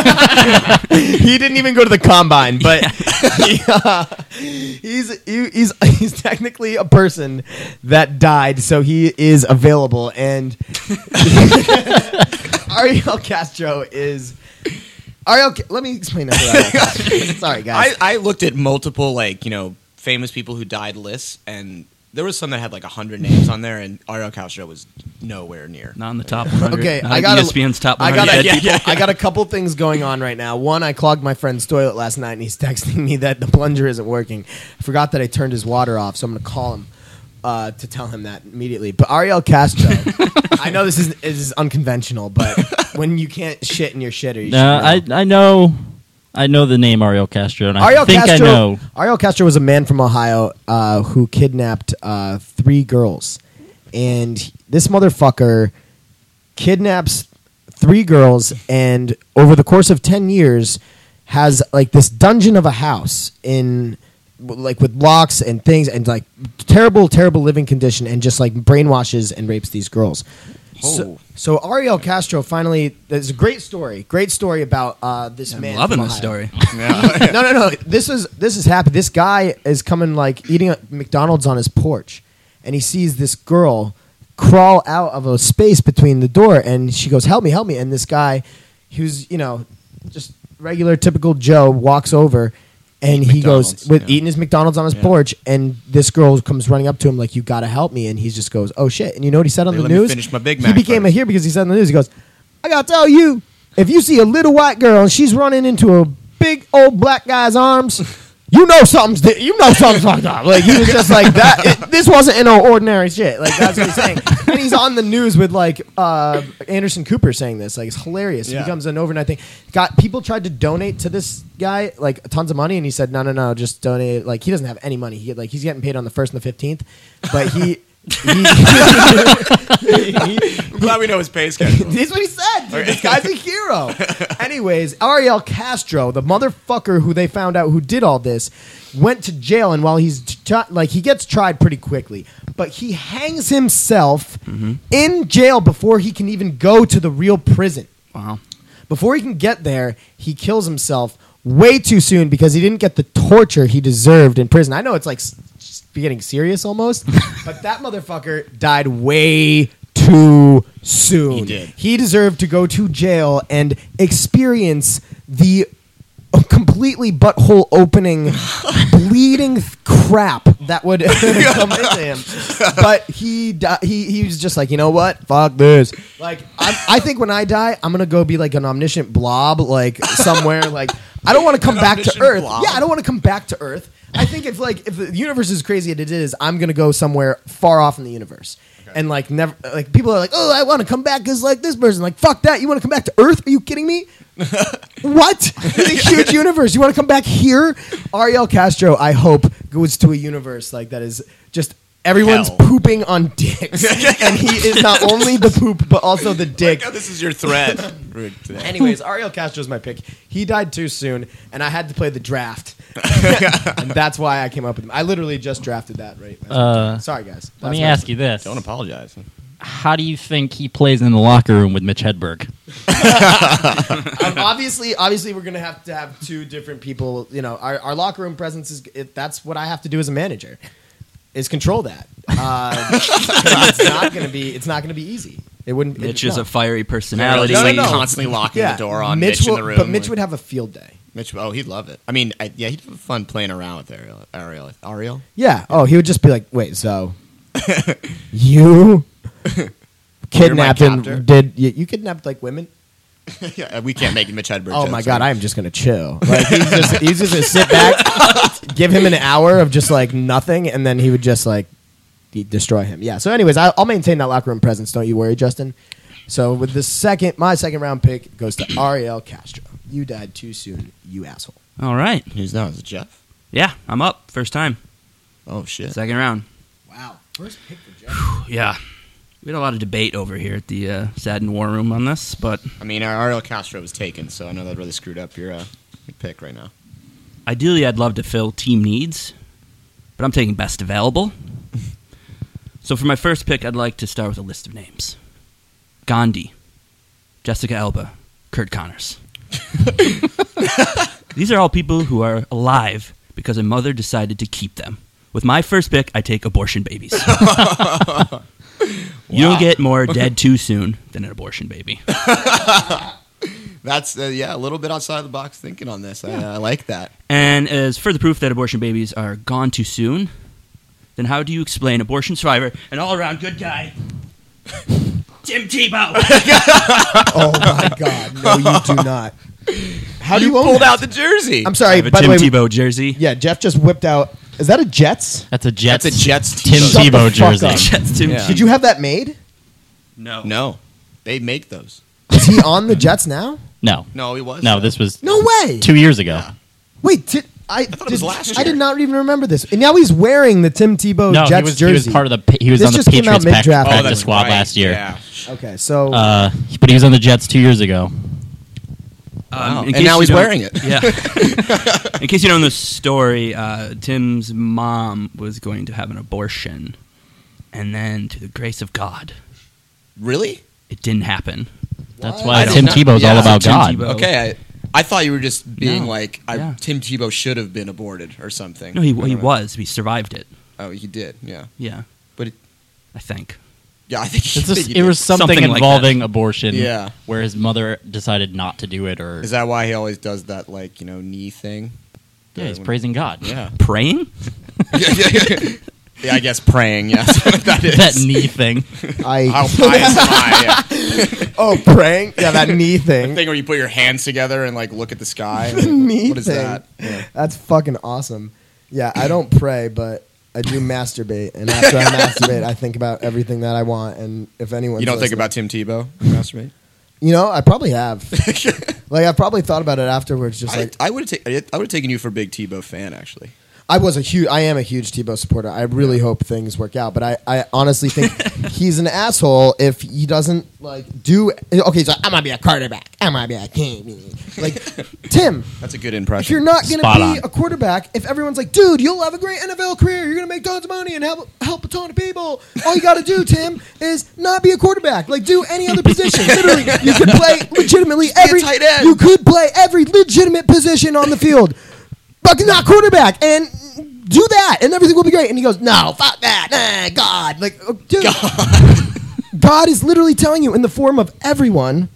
Speaker 4: he didn't even go to the combine, but he, uh, [LAUGHS] he's he, he's he's technically a person that died, so he is available. And [LAUGHS] Ariel Castro is Ariel. Ca- Let me explain that. to Ariel Castro. Sorry, guys.
Speaker 2: I, I looked at multiple like you know famous people who died lists, and There was some that had like hundred names on there, and Ariel Castro was nowhere near.
Speaker 1: Not in the top 100.
Speaker 4: Okay,
Speaker 1: Not
Speaker 4: I
Speaker 1: in E
Speaker 4: got a-
Speaker 1: ESPN's top
Speaker 4: I
Speaker 1: 100.
Speaker 4: got, a,
Speaker 1: yet.
Speaker 2: yeah,
Speaker 4: I got a couple things going on right now. One, I clogged my friend's toilet last night, and he's [LAUGHS] texting me that the plunger isn't working. I forgot that I turned his water off, so I'm going to call him uh, to tell him that immediately. But Ariel Castro, I know this is, this is unconventional, but when you can't shit in your shitter, you should
Speaker 3: Uh, I
Speaker 4: know.
Speaker 3: I know I know the name Ariel Castro, and I
Speaker 4: Ariel
Speaker 3: think
Speaker 4: Castro,
Speaker 3: I know.
Speaker 4: Ariel Castro was a man from Ohio uh, who kidnapped uh, three girls, and this motherfucker kidnaps three girls, and over the course of ten years, has like this dungeon of a house in like with locks and things and like terrible terrible living condition and just like brainwashes and rapes these girls so,
Speaker 2: Oh.
Speaker 4: so ariel castro finally there's a great story great story about uh, this man
Speaker 1: I'm loving
Speaker 4: from
Speaker 1: this
Speaker 4: Ohio [LAUGHS]
Speaker 1: story.
Speaker 4: no, no, no. This is this is happy. This guy is coming like eating at McDonald's on his porch, and he sees this girl crawl out of a space between the door, and she goes, "Help me, help me!" And this guy, who's you know, just regular typical Joe, walks over. And
Speaker 2: Eat
Speaker 4: he goes
Speaker 2: McDonald's,
Speaker 4: with
Speaker 2: yeah.
Speaker 4: eating his McDonald's on his
Speaker 2: Yeah.
Speaker 4: porch, and this girl comes running up to him like, "You gotta help me!" And he just goes, "Oh shit!" And you know what he said on
Speaker 2: They
Speaker 4: the
Speaker 2: let me
Speaker 4: news?
Speaker 2: finish my Big
Speaker 4: He
Speaker 2: Mac
Speaker 4: became a
Speaker 2: first.
Speaker 4: hero because he said on the news, he goes, "I gotta tell you, if you see a little white girl and she's running into a big old black guy's arms, you know something's di- you know something's fucked up." Like he was just like that. It- this wasn't in no ordinary shit. Like that's what he's saying, and he's on the news with like uh, Anderson Cooper saying this. Like it's hilarious. It
Speaker 2: Yeah.
Speaker 4: becomes an overnight thing. Got people tried to donate to this guy like tons of money, and he said, "No, no, no, just donate." Like he doesn't have any money. He like he's getting paid on the first and the fifteenth, but he. [LAUGHS] he
Speaker 2: I'm glad we know his pay
Speaker 4: [LAUGHS]
Speaker 2: schedule.
Speaker 4: That's what he said. dude. This guy's a hero. Anyways, Ariel Castro, the motherfucker who they found out who did all this, went to jail, and while he's t- like he gets tried pretty quickly, but he hangs himself in jail before he can even go to the real prison.
Speaker 1: Wow.
Speaker 4: Before he can get there, he kills himself way too soon because he didn't get the torture he deserved in prison. I know it's like s- s- getting
Speaker 2: [LAUGHS]
Speaker 4: serious almost, but that motherfucker died way too soon.
Speaker 2: He did.
Speaker 4: He deserved to go to jail and experience the completely butthole opening, bleeding th- crap that would [LAUGHS] come into him. But he di- he he was just like, you know what? Fuck this. Like I'm, I think when I die, I'm gonna go be like an omniscient blob, like somewhere. like I don't want to come back to
Speaker 2: omniscient
Speaker 4: Earth.
Speaker 2: blob.
Speaker 4: Yeah, I don't want to come back to Earth. I think if like if the universe is crazy as it is, I'm gonna go somewhere far off in the universe. And like never, like people are like, oh, I want to come back as like this person. Like, fuck that. You want to come back to Earth? Are you kidding me? What? It's a huge universe. You want to come back here? Ariel Castro, I hope, goes to a universe like that is just everyone's
Speaker 2: Hell.
Speaker 4: pooping on dicks. and he is not only the poop, but also the dick.
Speaker 2: [LAUGHS] God, this is your threat. Rude today.
Speaker 4: Anyways, Ariel Castro's my pick. He died too soon, and I had to play the draft. and that's why I came up with him. I literally just drafted that right.
Speaker 3: Uh,
Speaker 4: Sorry, guys.
Speaker 3: Let me ask you this:
Speaker 2: Don't apologize.
Speaker 3: How do you think he plays in the locker room with Mitch Hedberg?
Speaker 4: um, obviously, obviously, we're gonna have to have two different people. You know, our, our locker room presence is it, that's what I have to do as a manager is control that. Uh,
Speaker 2: [LAUGHS]
Speaker 4: 'cause it's not gonna be it's not gonna be easy. It wouldn't. it-
Speaker 1: Mitch is
Speaker 4: no.
Speaker 1: a fiery personality.
Speaker 2: Just,
Speaker 4: No,
Speaker 2: like
Speaker 4: no, no.
Speaker 2: constantly locking
Speaker 4: yeah.
Speaker 2: the door on
Speaker 4: Mitch,
Speaker 2: Mitch,
Speaker 4: will,
Speaker 2: in the room.
Speaker 4: but Mitch
Speaker 2: like-
Speaker 4: would have a field day.
Speaker 2: Mitch, oh, he'd love it. I mean, I, yeah, he'd have fun playing around with Ariel. Ariel, Ariel.
Speaker 4: [LAUGHS] Yeah. Oh, he would just be like, wait, so
Speaker 2: [LAUGHS]
Speaker 4: you kidnapped
Speaker 2: captor?
Speaker 4: and did you, you kidnapped like women?
Speaker 2: yeah, we can't make Mitch Hedberg.
Speaker 4: Oh
Speaker 2: jokes,
Speaker 4: my god,
Speaker 2: right?
Speaker 4: I am just gonna chill. Like he's just he's just gonna sit back, [LAUGHS] give him an hour of just like nothing, and then he would just like de- destroy him. Yeah. So, anyways, I, I'll maintain that locker room presence. Don't you worry, Justin. So with the second, my second round pick goes to Ariel Castro. You died too soon, you asshole.
Speaker 1: All right.
Speaker 2: Who's now? Is it Jeff?
Speaker 1: Yeah, I'm up. First time.
Speaker 2: Oh shit.
Speaker 1: Second round.
Speaker 4: Wow. First pick for Jeff.
Speaker 1: Yeah. We had a lot of debate over here at the uh, Sad and War Room on this, but
Speaker 2: I mean, uh, Ariel Castro was taken, so I know that really screwed up your, uh, your pick right now.
Speaker 1: ideally I'd love to fill team needs, but I'm taking best available. so for my first pick, I'd like to start with a list of names. Gandhi, Jessica Alba, Kurt Connors. [LAUGHS] These are all people who are alive because a mother decided to keep them. With my first pick, I take abortion babies. You don't get more dead too soon than an abortion baby.
Speaker 2: That's uh, yeah, a little bit outside of the box thinking on this. I, I like that.
Speaker 1: And as further proof that abortion babies are gone too soon, then how do you explain abortion survivor and all around good guy, [LAUGHS] Tim
Speaker 4: [LAUGHS]
Speaker 1: Tebow?
Speaker 4: [LAUGHS] Oh my God! No, you do not. How do you, own
Speaker 2: pulled
Speaker 4: that?
Speaker 2: out the jersey?
Speaker 4: I'm
Speaker 1: I
Speaker 4: sorry.
Speaker 1: have a
Speaker 4: By
Speaker 1: Tim
Speaker 4: the way,
Speaker 1: Tebow jersey.
Speaker 4: yeah, Jeff just whipped out. Is that a Jets?
Speaker 3: That's a Jets.
Speaker 2: That's a Jets
Speaker 3: Tim
Speaker 4: Shut the
Speaker 3: Tebow
Speaker 4: fuck
Speaker 1: [LAUGHS]
Speaker 3: jersey.
Speaker 4: up.
Speaker 1: Jets Tim
Speaker 2: Yeah.
Speaker 1: Tebow.
Speaker 4: Did you have that made?
Speaker 1: No.
Speaker 2: No, they make those.
Speaker 4: Is he on the Jets now?
Speaker 3: No,
Speaker 2: No, he was.
Speaker 3: no, this was
Speaker 4: No way.
Speaker 3: two years ago.
Speaker 4: Wait, did, I,
Speaker 2: thought it was
Speaker 4: did-
Speaker 2: last
Speaker 4: I
Speaker 2: year.
Speaker 4: did not even remember this. And now he's wearing the Tim Tebow
Speaker 3: No,
Speaker 4: Oh, Jets
Speaker 3: he was
Speaker 4: jersey.
Speaker 3: he was part of the pa- he was
Speaker 4: This
Speaker 3: on the
Speaker 4: just came out
Speaker 3: Patriots pack,
Speaker 4: mid-draft. Oh,
Speaker 3: practice
Speaker 2: that's
Speaker 3: squad
Speaker 2: right,
Speaker 3: last year.
Speaker 2: Yeah.
Speaker 4: Okay, so
Speaker 3: Uh, but he was on the Jets two years ago.
Speaker 1: Um,
Speaker 2: Wow.
Speaker 1: in
Speaker 2: And
Speaker 1: case
Speaker 2: now
Speaker 1: you
Speaker 2: he's
Speaker 1: don't-
Speaker 2: wearing it. [LAUGHS]
Speaker 1: Yeah. in case you don't know the story, uh, Tim's mom was going to have an abortion, and then, to the grace of God,
Speaker 2: Really?
Speaker 1: it didn't happen.
Speaker 3: That's
Speaker 4: What?
Speaker 3: why
Speaker 2: I don't
Speaker 3: Tim
Speaker 2: know.
Speaker 3: Tebow's
Speaker 2: Yeah.
Speaker 3: all about
Speaker 1: Tim
Speaker 3: God.
Speaker 1: Tebow. Oh.
Speaker 2: Okay, I, I thought you were just being
Speaker 1: No.
Speaker 2: like I,
Speaker 1: Yeah.
Speaker 2: Tim Tebow should have been aborted or something.
Speaker 1: No, he
Speaker 2: I don't
Speaker 1: he
Speaker 2: know.
Speaker 1: was. He survived it.
Speaker 2: Oh, he did. Yeah,
Speaker 1: Yeah,
Speaker 2: but it,
Speaker 1: I think.
Speaker 2: yeah, I think he, [LAUGHS]
Speaker 3: It's just-
Speaker 2: he
Speaker 3: it
Speaker 2: did.
Speaker 3: was something,
Speaker 1: Something like
Speaker 3: involving abortion.
Speaker 2: Yeah.
Speaker 3: where his mother decided not to do it, or
Speaker 2: Is that why he always does that like you know knee thing?
Speaker 3: yeah, he's
Speaker 2: when-
Speaker 3: praising God.
Speaker 2: Yeah.
Speaker 1: Praying?
Speaker 2: [LAUGHS] yeah, yeah, yeah. Yeah, I guess praying. Yeah, [LAUGHS] that's what
Speaker 3: [LAUGHS]
Speaker 2: that is.
Speaker 3: that knee thing.
Speaker 2: How
Speaker 4: [LAUGHS] I
Speaker 2: pious am
Speaker 1: [LAUGHS]
Speaker 2: I? Yeah.
Speaker 4: oh prank yeah
Speaker 2: [LAUGHS]
Speaker 4: that knee
Speaker 2: The
Speaker 4: thing
Speaker 2: thing where you put your hands together and like look at the sky.
Speaker 1: [LAUGHS]
Speaker 2: and-
Speaker 4: knee
Speaker 2: what is
Speaker 4: thing.
Speaker 2: that? Yeah.
Speaker 4: that's fucking awesome. Yeah, I don't pray, but I do masturbate, and
Speaker 2: [LAUGHS]
Speaker 4: after I masturbate, I think about everything that I want. And if anyone
Speaker 2: You don't think
Speaker 4: listening-
Speaker 2: about Tim Tebow when you masturbate? [LAUGHS]
Speaker 4: you know, I probably have like I probably thought about it afterwards. Just
Speaker 2: I,
Speaker 4: like
Speaker 2: I would have I would have taken you for a big Tebow fan actually.
Speaker 4: I was a huge, I am a huge Tebow supporter. I really hope things work out, but I, I honestly think [LAUGHS] he's an asshole if he doesn't like do. Okay, he's like, I'm gonna be a quarterback. I'm gonna be a king. Like Tim,
Speaker 2: That's a good
Speaker 4: if
Speaker 2: impression. [LAUGHS]
Speaker 4: you're not gonna
Speaker 3: Spot
Speaker 4: be
Speaker 3: on.
Speaker 4: a quarterback, if everyone's like, dude, you'll have a great NFL career. You're gonna make tons of money and help help a ton of people. All you gotta do, Tim, is not be a quarterback. Like do any other position. Literally, you could play legitimately every.
Speaker 2: tight end.
Speaker 4: You could play every legitimate position on the field fucking not quarterback and do that and everything will be great. And he goes, no, fuck that, nah, God, like oh, dude, God. [LAUGHS] is literally telling you in the form of everyone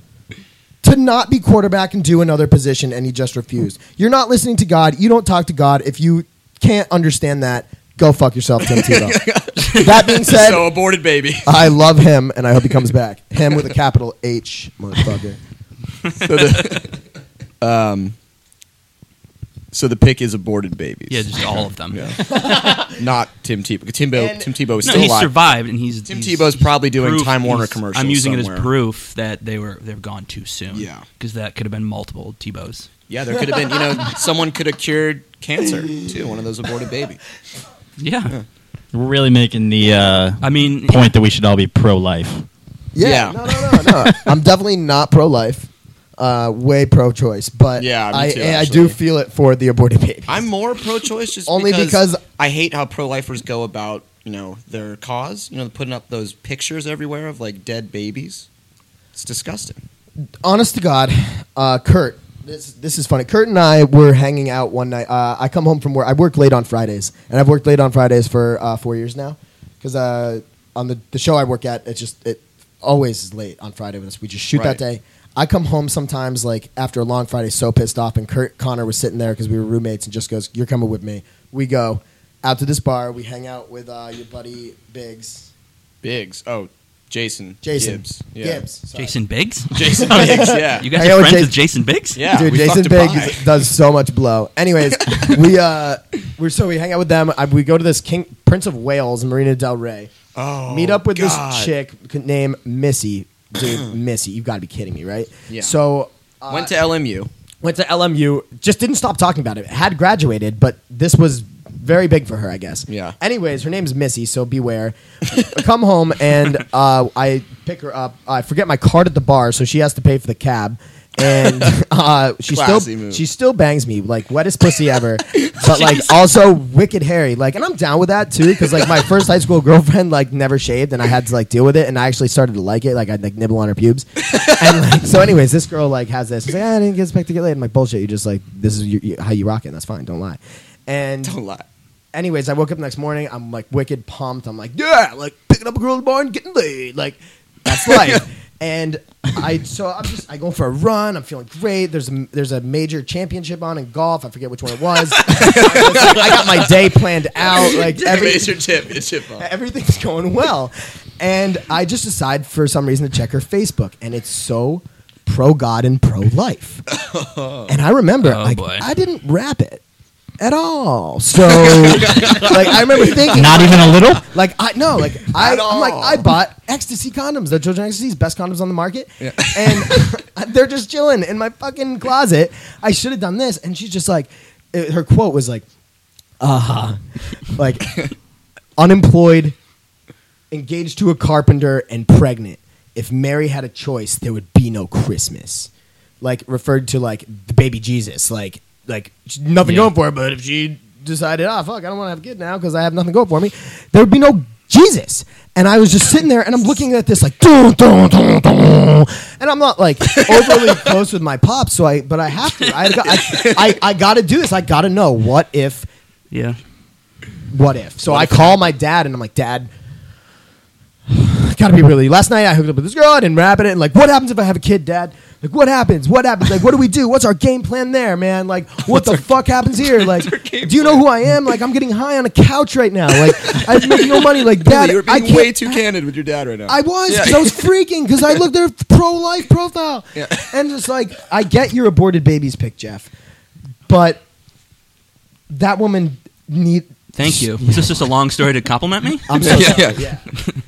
Speaker 4: to not be quarterback and do another position, and he just refused. You're not listening to God. You don't talk to God if you can't understand that. Go fuck yourself,
Speaker 2: [LAUGHS]
Speaker 4: Tim Tebow. that being said,
Speaker 2: so aborted baby.
Speaker 4: I love him and I hope he comes back. Him with a capital H, motherfucker.
Speaker 2: So the pick is aborted babies.
Speaker 1: Yeah, just all of them.
Speaker 2: Yeah. not Tim Tebow. Tim, Bo-
Speaker 4: And-
Speaker 2: Tim Tebow is
Speaker 1: No,
Speaker 2: still
Speaker 1: he
Speaker 2: alive.
Speaker 1: survived, and he's
Speaker 2: Tim
Speaker 1: he's-
Speaker 2: Tebow's probably doing
Speaker 1: proof-
Speaker 2: Time Warner
Speaker 1: he's-
Speaker 2: commercials
Speaker 1: I'm using it as
Speaker 2: somewhere.
Speaker 1: proof that they were they've gone too soon.
Speaker 2: Yeah.
Speaker 1: because that could have been multiple Tebows.
Speaker 2: Yeah, there could have been, you know, [LAUGHS] someone could have cured cancer too, one of those aborted babies.
Speaker 1: Yeah,
Speaker 3: We're really making the uh,
Speaker 1: I mean,
Speaker 3: point that we should all be pro-life.
Speaker 4: Yeah.
Speaker 2: Yeah.
Speaker 4: No, no, no, no. I'm definitely not pro life. Uh, way pro choice, but
Speaker 2: Yeah, me
Speaker 4: I,
Speaker 2: too,
Speaker 4: I, I
Speaker 2: actually.
Speaker 4: do feel it for the aborted baby.
Speaker 2: I'm more pro-choice just
Speaker 4: Only because-
Speaker 2: I hate how pro-lifers go about, you know, their cause. You know, putting up those pictures everywhere of like dead babies. It's disgusting.
Speaker 4: Honest to God, uh, Kurt, this this is funny. Kurt and I were hanging out one night. Uh, I come home from work. I work late on Fridays, and I've worked late on Fridays for uh, four years now. Because uh, on the the show I work at, it's just it always is late on Friday with us. We just shoot that
Speaker 2: Right.
Speaker 4: day. I come home sometimes like after a long Friday, so pissed off, and Kurt Connor was sitting there because we were roommates, and just goes, "You're coming with me." We go out to this bar. We hang out with uh, your buddy Biggs,
Speaker 2: Biggs. Oh, Jason.
Speaker 4: Jason
Speaker 2: Gibbs. Yeah.
Speaker 4: Gibbs. sorry.
Speaker 1: Jason Biggs.
Speaker 2: [LAUGHS]
Speaker 1: Oh,
Speaker 2: Jason Biggs. Yeah.
Speaker 1: [LAUGHS] You guys
Speaker 4: Hey,
Speaker 1: are
Speaker 4: yo,
Speaker 1: friends
Speaker 4: Jas-
Speaker 1: with Jason Biggs?
Speaker 2: yeah.
Speaker 4: Dude,
Speaker 2: we
Speaker 4: Jason
Speaker 2: fucked a pie. [LAUGHS]
Speaker 4: Biggs does so much blow. Anyways, we uh, we're so we hang out with them. I, we go to this King Prince of Wales, Marina Del Rey.
Speaker 2: Oh,
Speaker 4: meet up with
Speaker 2: God.
Speaker 4: this chick named Missy. Dude, [CLEARS THROAT] Missy, you've got to be kidding me, right?
Speaker 2: Yeah.
Speaker 4: So uh,
Speaker 2: Went to LMU.
Speaker 4: went to LMU, just didn't stop talking about it. Had graduated, but this was very big for her, I guess.
Speaker 2: Yeah.
Speaker 4: Anyways, her name's Missy, so beware. [LAUGHS] I Come home and uh, I pick her up. I forget my card at the bar, so she has to pay for the cab. And [LAUGHS] uh, she still
Speaker 2: Classy move.
Speaker 4: she still bangs me like wettest pussy ever, but like also wicked hairy. Like, and I'm down with that too because like my first high school girlfriend like never shaved, and I had to like deal with it, and I actually started to like it. Like I'd like nibble on her pubes, and like, so anyways, this girl like has this. She's like, "Ah, I didn't get expect to get laid. I'm like, bullshit. You just like this is your, you, how you rock it. and That's fine. Don't lie. And
Speaker 2: [LAUGHS] Don't lie.
Speaker 4: anyways, I woke up the next morning. I'm like wicked pumped. I'm like, yeah, like picking up a girl in the bar and getting laid. Like that's life. and I so I'm just I go for a run. I'm feeling great. There's a there's a major championship on in golf. I forget which one it was. [LAUGHS] I got my day planned
Speaker 2: [LAUGHS]
Speaker 4: out. Like every,
Speaker 2: Major tip, it's your fault.
Speaker 4: everything's going well. And I just decide for some reason to check her Facebook, and it's so pro God and pro
Speaker 2: [COUGHS]
Speaker 4: life. and I remember,
Speaker 1: Oh,
Speaker 4: like,
Speaker 1: boy.
Speaker 4: I didn't rap it at all.
Speaker 2: [LAUGHS]
Speaker 4: So, like, I remember thinking,
Speaker 3: Not even a little.
Speaker 4: like, I no, like, I,
Speaker 2: At
Speaker 4: I'm like,
Speaker 2: all.
Speaker 4: I bought ecstasy condoms, the children ecstasy's best condoms on the market,
Speaker 2: Yeah.
Speaker 4: and [LAUGHS] they're just chilling in my fucking closet. I should have done this, and she's just like, it- her quote was like, "Uh huh,"
Speaker 2: [LAUGHS]
Speaker 4: like unemployed, engaged to a carpenter, and pregnant. If Mary had a choice, there would be no Christmas. Like referred to like the baby Jesus, like like she- nothing
Speaker 1: Yeah.
Speaker 4: going for her. But if she decided, ah, fuck, I don't want to have a kid now because I have nothing going for me, there would be no Jesus. And I was just sitting there, and I'm looking at this like, dun, dun, dun, dun. and I'm not like overly close with my pops, so I, but I have to. I, got- I, I, I got to do this. I got to know what if
Speaker 1: Yeah.
Speaker 4: what if? So I call my dad and I'm like, Dad, gotta be really. Last night I hooked up with this girl. I didn't rap it. And like, what happens if I have a kid, Dad? Like, what happens? What happens? Like, what do we do? What's our game plan there,
Speaker 2: [LAUGHS]
Speaker 4: man? Like, what the fuck happens here? Like, do you know who I am? Like, I'm getting high on a couch right now. Like, I make no money. Like, Dad,
Speaker 2: you were
Speaker 4: I
Speaker 2: being
Speaker 4: can't.
Speaker 2: way too candid with your dad right now.
Speaker 4: I was because I was freaking because I looked at her pro life profile
Speaker 2: Yeah.
Speaker 4: and just like I get your aborted babies pick, Jeff, but that woman need.
Speaker 1: Thank you. Is this just a long story to compliment me?
Speaker 4: I'm
Speaker 2: [LAUGHS] [LAUGHS]
Speaker 4: so
Speaker 2: Yeah, yeah.
Speaker 4: sorry. Yeah.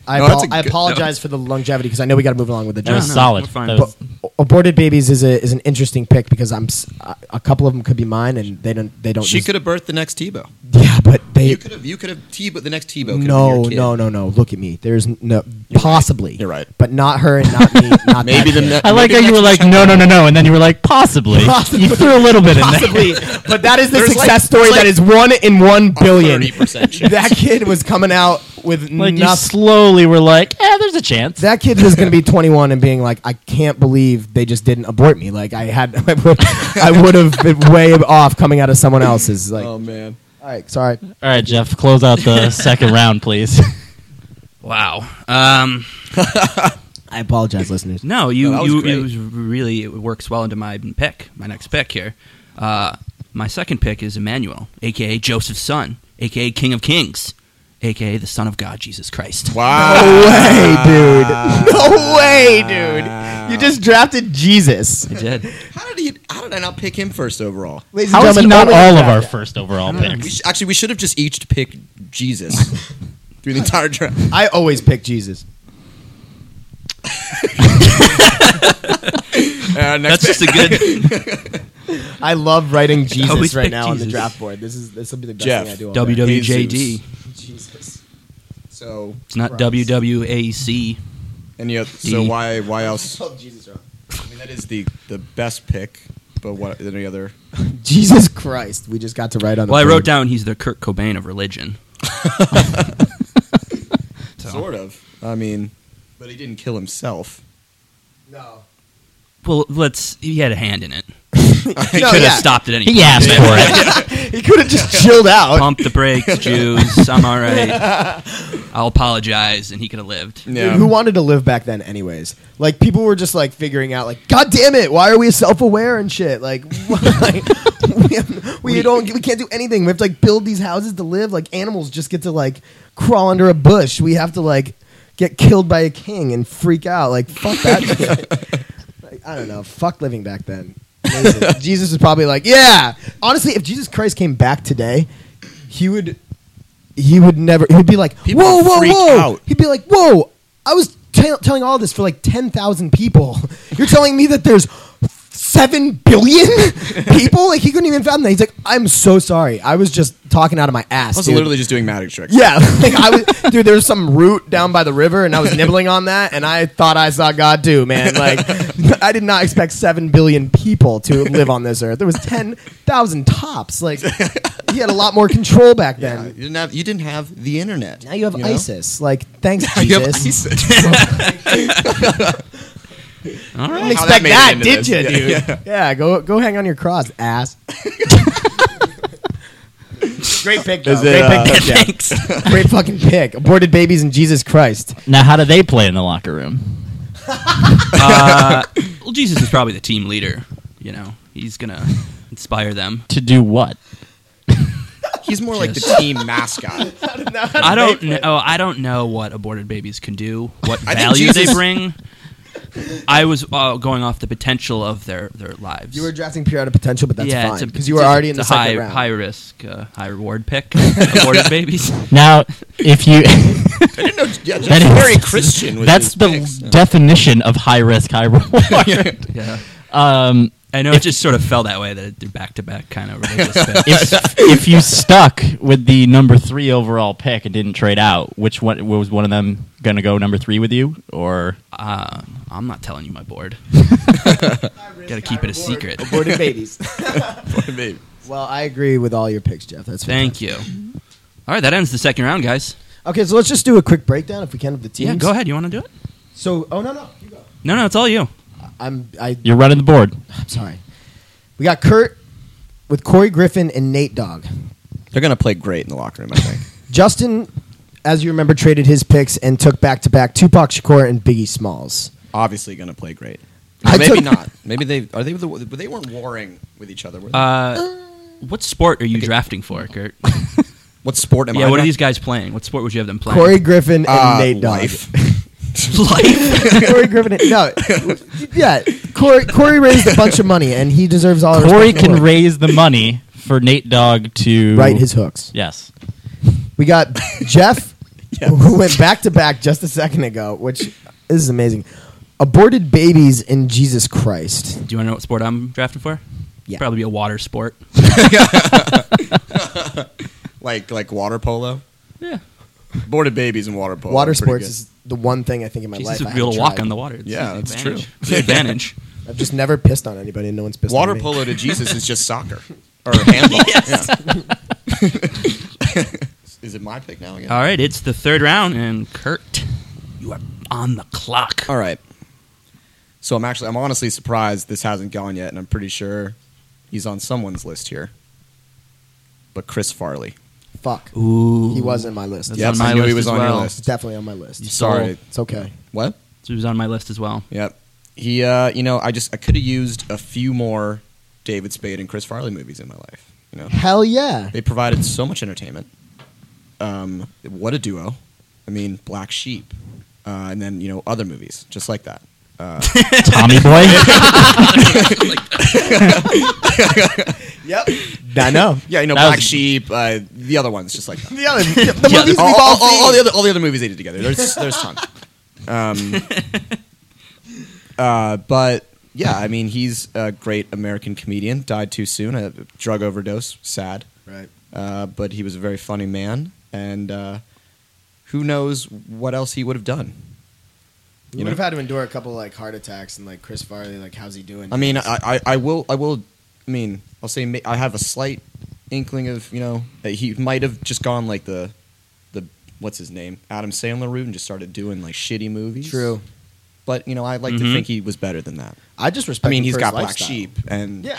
Speaker 4: I,
Speaker 2: No,
Speaker 4: apo-
Speaker 2: that's a
Speaker 4: I
Speaker 2: good-
Speaker 4: apologize for the longevity because I know we got to move along with the
Speaker 3: That
Speaker 4: job.
Speaker 3: was
Speaker 1: no,
Speaker 3: solid.
Speaker 1: we're fine.
Speaker 3: That
Speaker 1: But-
Speaker 3: was,
Speaker 4: But aborted babies is a is an interesting pick because I'm s- a- a couple of them could be mine and they don't they don't.
Speaker 2: she
Speaker 4: just-
Speaker 2: could have birthed the next Tebow.
Speaker 4: Yeah, but they.
Speaker 2: You could have. You could have Tebow. The next Tebow. could've been
Speaker 4: No,
Speaker 2: your kid.
Speaker 4: no, no, no. Look at me. There's n- no possibly.
Speaker 2: You're right.
Speaker 4: But not her and
Speaker 2: [LAUGHS]
Speaker 4: not me. Not
Speaker 2: Maybe
Speaker 4: that
Speaker 2: the
Speaker 4: kid.
Speaker 2: next.
Speaker 3: I like how you were like, no, no, no, no, and then you were like, possibly.
Speaker 4: Possibly.
Speaker 3: You threw a little bit in there.
Speaker 4: [LAUGHS] possibly. But that is the
Speaker 2: There's
Speaker 4: success
Speaker 2: like-
Speaker 4: story
Speaker 2: there's
Speaker 4: that
Speaker 2: like
Speaker 4: is one in one billion.
Speaker 2: Thirty
Speaker 4: [LAUGHS]
Speaker 2: percent chance.
Speaker 4: That kid was coming out
Speaker 3: [LAUGHS]
Speaker 4: with
Speaker 3: Like you
Speaker 4: nothing.
Speaker 3: slowly were like, eh, there's a chance.
Speaker 4: that kid was [LAUGHS] going to be 21 and being like, I can't believe they just didn't abort me. Like I had, [LAUGHS] I would, I would have been way off coming out of someone else's. Like,
Speaker 2: Oh
Speaker 4: all
Speaker 2: man.
Speaker 4: right, sorry.
Speaker 3: All right, Jeff, close out the second round, please.
Speaker 1: Wow. Um,
Speaker 4: I apologize, listeners.
Speaker 1: no, you,
Speaker 2: No, that was
Speaker 1: you,
Speaker 2: great.
Speaker 1: it was really it works well into my pick, my next pick here. Uh, my second pick is Emmanuel, aka Joseph's son, aka King of Kings, aka the Son of God, Jesus Christ.
Speaker 2: Wow.
Speaker 4: No way, [LAUGHS] dude. No way, dude. You just drafted Jesus.
Speaker 1: [LAUGHS] I did.
Speaker 2: How did he? How did I not pick him first overall?
Speaker 4: Ladies
Speaker 3: How is he not
Speaker 4: only
Speaker 3: all of
Speaker 4: draft-
Speaker 3: our first overall
Speaker 2: We
Speaker 3: picks?
Speaker 2: sh- actually, we should have just each picked
Speaker 4: [LAUGHS]
Speaker 2: Jesus through the entire draft.
Speaker 4: I always pick Jesus.
Speaker 2: Uh,
Speaker 1: That's
Speaker 2: next
Speaker 1: just a good
Speaker 4: I
Speaker 1: [LAUGHS]
Speaker 4: love writing Jesus
Speaker 1: always
Speaker 4: right
Speaker 1: pick
Speaker 4: now on the
Speaker 1: Jesus.
Speaker 4: draft board. This is this will be the best
Speaker 2: Jeff.
Speaker 4: thing I do. All day.
Speaker 1: WWJD.
Speaker 4: Jesus.
Speaker 2: So
Speaker 1: It's not
Speaker 4: Christ.
Speaker 1: WWAC.
Speaker 2: [LAUGHS] and yet, so
Speaker 1: D.
Speaker 2: why? Why else?
Speaker 4: Oh, Jesus, wrong.
Speaker 2: I mean, that is the the best pick. But what? Any other?
Speaker 4: [LAUGHS] Jesus Christ. We just got to write on. the
Speaker 1: Well, I
Speaker 4: board.
Speaker 1: wrote down he's the Kurt Cobain of religion. So-
Speaker 2: Sort of. I mean, but he didn't kill himself.
Speaker 4: No.
Speaker 1: Well, let's. He had a hand in it. Oh,
Speaker 2: He
Speaker 1: Could have
Speaker 4: yeah.
Speaker 1: stopped at any. [LAUGHS]
Speaker 3: He asked for it.
Speaker 4: [LAUGHS] He could have just chilled out.
Speaker 1: Pump the [LAUGHS] brakes, Jews. I'm all [LAUGHS] right. I'll apologize, and he could have [LAUGHS] lived.
Speaker 2: Yeah.
Speaker 4: Who wanted to live back then, anyways? Like people were just like figuring out, like, God damn it, why are we self-aware and shit? Like, [LAUGHS] why? we, have, we don't, we can't do anything. We have to like build these houses to live. Like animals just get to like crawl under a bush. We have to like get killed by a king and freak out. Like fuck that.
Speaker 2: [LAUGHS]
Speaker 4: shit. like, I don't know. Fuck living back then.
Speaker 2: [LAUGHS]
Speaker 4: Amazing. Jesus was probably like, yeah. Honestly, if Jesus Christ came back today, he would he would never. He would be like,
Speaker 2: People
Speaker 4: whoa,
Speaker 2: would
Speaker 4: whoa,
Speaker 2: freak
Speaker 4: whoa.
Speaker 2: out.
Speaker 4: He'd be like, whoa, I was tell telling all this for like ten thousand people. [LAUGHS] You're telling me that there's seven billion [LAUGHS] people. Like he couldn't even fathom that. He's like, I'm so sorry. I was just talking out of my ass.
Speaker 2: I was
Speaker 4: dude.
Speaker 2: literally just doing magic tricks.
Speaker 4: [LAUGHS] Yeah, like I was, dude. There was some root down by the river, and I was nibbling on that, and I thought I saw God too, man. Like, [LAUGHS] I did not expect seven billion people to live on this earth. There was ten thousand tops. Like, he had a lot more control back
Speaker 2: Yeah, you
Speaker 4: then.
Speaker 2: didn't have Uh, you didn't have the internet.
Speaker 4: Now you have
Speaker 2: know?
Speaker 4: ISIS. Like, thanks,
Speaker 2: Now [LAUGHS] you have
Speaker 4: Jesus. [LAUGHS]
Speaker 2: ISIS.
Speaker 1: All
Speaker 4: Didn't
Speaker 1: right.
Speaker 2: How that
Speaker 4: expect
Speaker 2: made
Speaker 4: that,
Speaker 2: it into
Speaker 4: did
Speaker 2: this.
Speaker 4: you,
Speaker 2: Yeah,
Speaker 4: dude? Yeah. go go hang on your cross,
Speaker 1: [LAUGHS]
Speaker 4: ass. Great pick, though.
Speaker 2: Is it,
Speaker 4: Great
Speaker 2: uh,
Speaker 4: pick, though, [LAUGHS] Jack.
Speaker 1: Thanks.
Speaker 4: Great fucking pick. Aborted babies and Jesus Christ.
Speaker 3: Now, how do they play in the locker room?
Speaker 1: uh, well, Jesus is probably the team leader. You know, he's gonna inspire [LAUGHS] them.
Speaker 3: To do what?
Speaker 2: He's more like the
Speaker 1: Just-
Speaker 2: team
Speaker 4: [LAUGHS]
Speaker 2: mascot.
Speaker 1: I don't know. I don't know what aborted babies can do. [LAUGHS] What
Speaker 2: I think
Speaker 1: value they [LAUGHS]
Speaker 2: Jesus-
Speaker 1: bring. I was uh, going off the potential of their their lives.
Speaker 4: You were drafting pure out of potential, but that's
Speaker 1: yeah,
Speaker 4: fine
Speaker 1: it's a-
Speaker 4: because you were
Speaker 1: it's a-
Speaker 4: already in the
Speaker 1: it's a
Speaker 4: second
Speaker 1: high,
Speaker 4: round.
Speaker 1: high risk, uh, high reward pick. [LAUGHS]
Speaker 4: [LAUGHS]
Speaker 1: aborted babies.
Speaker 3: Now, if you
Speaker 2: No, yeah,
Speaker 3: That is-
Speaker 2: just very Christian. With
Speaker 3: that's
Speaker 2: his [LAUGHS]
Speaker 3: the
Speaker 2: picks.
Speaker 3: definition of high risk,
Speaker 2: [LAUGHS]
Speaker 3: high reward.
Speaker 1: Yeah,
Speaker 3: um,
Speaker 1: I know it just sort of fell that way that they're back to back kind of religious.
Speaker 4: [LAUGHS]
Speaker 1: picks.
Speaker 3: if, if you stuck with the number three overall pick and didn't trade out, which one was one of them going to go number three with you? Or
Speaker 1: Uh, I'm not telling you my
Speaker 4: [LAUGHS]
Speaker 1: board. Got to
Speaker 4: risk,
Speaker 1: keep
Speaker 4: high
Speaker 1: it a secret.
Speaker 4: [LAUGHS] Aborted
Speaker 1: [LAUGHS]
Speaker 4: babies.
Speaker 2: Babe.
Speaker 4: well, I agree with all your picks, Jeff. That's
Speaker 1: Thank you. All right, that ends the second round, guys.
Speaker 4: Okay, so let's just do a quick breakdown if we can of the teams.
Speaker 1: Yeah, go ahead. You want to do it?
Speaker 4: So, oh no, no, you go.
Speaker 1: No, no, it's all you.
Speaker 4: I'm I,
Speaker 3: you're running the board.
Speaker 4: I'm sorry. We got Kurt with Corey Griffin and Nate Dogg.
Speaker 2: They're gonna play great in the locker room. I think.
Speaker 4: Justin, as you remember, traded his picks and took back to back Tupac Shakur and Biggie Smalls.
Speaker 2: Obviously, gonna play great.
Speaker 4: I
Speaker 2: maybe
Speaker 4: took-
Speaker 2: not. Maybe they are they. The, but they weren't warring with each other. Were they?
Speaker 1: Uh, what sport are you drafting for,
Speaker 4: [LAUGHS]
Speaker 1: Kurt?
Speaker 2: what sport am
Speaker 1: yeah,
Speaker 2: I?
Speaker 1: what are
Speaker 2: not-
Speaker 1: these guys playing? What sport would you have them playing?
Speaker 4: Corey Griffin and
Speaker 2: Uh,
Speaker 4: Nate Dogg.
Speaker 2: life.
Speaker 1: [LAUGHS] Life.
Speaker 4: [LAUGHS] Corey Griffin. No, yeah. Corey, Corey raised a bunch of money, and he deserves all. the
Speaker 3: Corey
Speaker 4: respect in the
Speaker 3: can
Speaker 4: world.
Speaker 3: raise the money for Nate Dogg to
Speaker 4: right his hooks.
Speaker 3: Yes,
Speaker 4: We got
Speaker 2: [LAUGHS]
Speaker 4: Jeff, who went back to back just a second ago, which this is amazing. Aborted babies in Jesus Christ.
Speaker 1: Do you want to know what sport I'm drafting for?
Speaker 4: Yeah.
Speaker 1: Probably be a water sport.
Speaker 2: like like water polo.
Speaker 1: Yeah.
Speaker 2: Boarded babies and water polo. are
Speaker 4: Water
Speaker 2: Oh, pretty
Speaker 4: sports
Speaker 2: good.
Speaker 4: is the one thing I think in my
Speaker 1: Jesus
Speaker 4: life
Speaker 1: would
Speaker 4: I
Speaker 1: be able
Speaker 4: haven't
Speaker 1: to walk
Speaker 4: tried.
Speaker 1: on the water. It's
Speaker 2: Yeah,
Speaker 1: an
Speaker 2: that's
Speaker 1: advantage.
Speaker 2: true.
Speaker 1: It's an advantage.
Speaker 4: I've just never pissed on anybody, and no one's pissed
Speaker 2: water
Speaker 4: on me.
Speaker 2: polo to Jesus is just soccer or handball. Yeah. [LAUGHS] is it my pick now
Speaker 1: [LAUGHS]
Speaker 2: again?
Speaker 1: All right, it's the third round, and Kurt, you are on the clock.
Speaker 2: All right. So I'm actually I'm honestly surprised this hasn't gone yet, and I'm pretty sure he's on someone's list here. But Chris Farley.
Speaker 4: Fuck.
Speaker 1: Ooh.
Speaker 4: He was in my list.
Speaker 1: That's
Speaker 4: Yeah,
Speaker 2: Yep,
Speaker 1: on my
Speaker 2: I knew he
Speaker 1: list
Speaker 2: was
Speaker 1: as
Speaker 2: on your
Speaker 1: well.
Speaker 4: It's
Speaker 2: list.
Speaker 4: Oh, definitely on my list.
Speaker 2: Sorry.
Speaker 4: It's okay.
Speaker 2: What?
Speaker 1: He was on my list as well.
Speaker 2: Yep. He uh you know, I just I could have used a few more David Spade and Chris Farley movies in my life. You know?
Speaker 4: Hell yeah.
Speaker 2: They provided so much entertainment. Um what a duo. I mean, Black Sheep. Uh, and then, you know, other movies just like that.
Speaker 3: Tommy [LAUGHS] Boy.
Speaker 4: Yep. I [LAUGHS] know.
Speaker 2: [LAUGHS] Yeah, you know,
Speaker 3: That was-
Speaker 2: Black Sheep, uh, the other ones just like that.
Speaker 4: [LAUGHS] The, other, the
Speaker 1: Yeah,
Speaker 4: movies we've
Speaker 2: all,
Speaker 4: all
Speaker 2: all- all- all
Speaker 4: seen.
Speaker 2: the other all the other movies they did together.
Speaker 4: [LAUGHS]
Speaker 2: There's there's tons. Um, uh, but yeah, I mean he's a great American comedian. Died too soon, a drug overdose. Sad.
Speaker 4: Right.
Speaker 2: Uh, but he was a very funny man, and uh, who knows what else he would have done.
Speaker 4: You
Speaker 2: You
Speaker 4: would have
Speaker 2: know?
Speaker 4: had to endure a couple like heart attacks and like Chris Farley, like how's he doing?
Speaker 2: I mean, I, I, I will I will. I mean, I'll say ma- I have a slight inkling of you know that he might have just gone like the the what's his name Adam Sandler route and just started doing like shitty movies.
Speaker 4: true.
Speaker 2: but you know, I like
Speaker 1: Mhm.
Speaker 2: to think he was better than that.
Speaker 4: I just respect.
Speaker 2: I mean,
Speaker 4: him
Speaker 2: he's
Speaker 4: for
Speaker 2: got
Speaker 4: his
Speaker 2: Black
Speaker 4: lifestyle.
Speaker 2: Sheep and
Speaker 4: [LAUGHS] Yeah.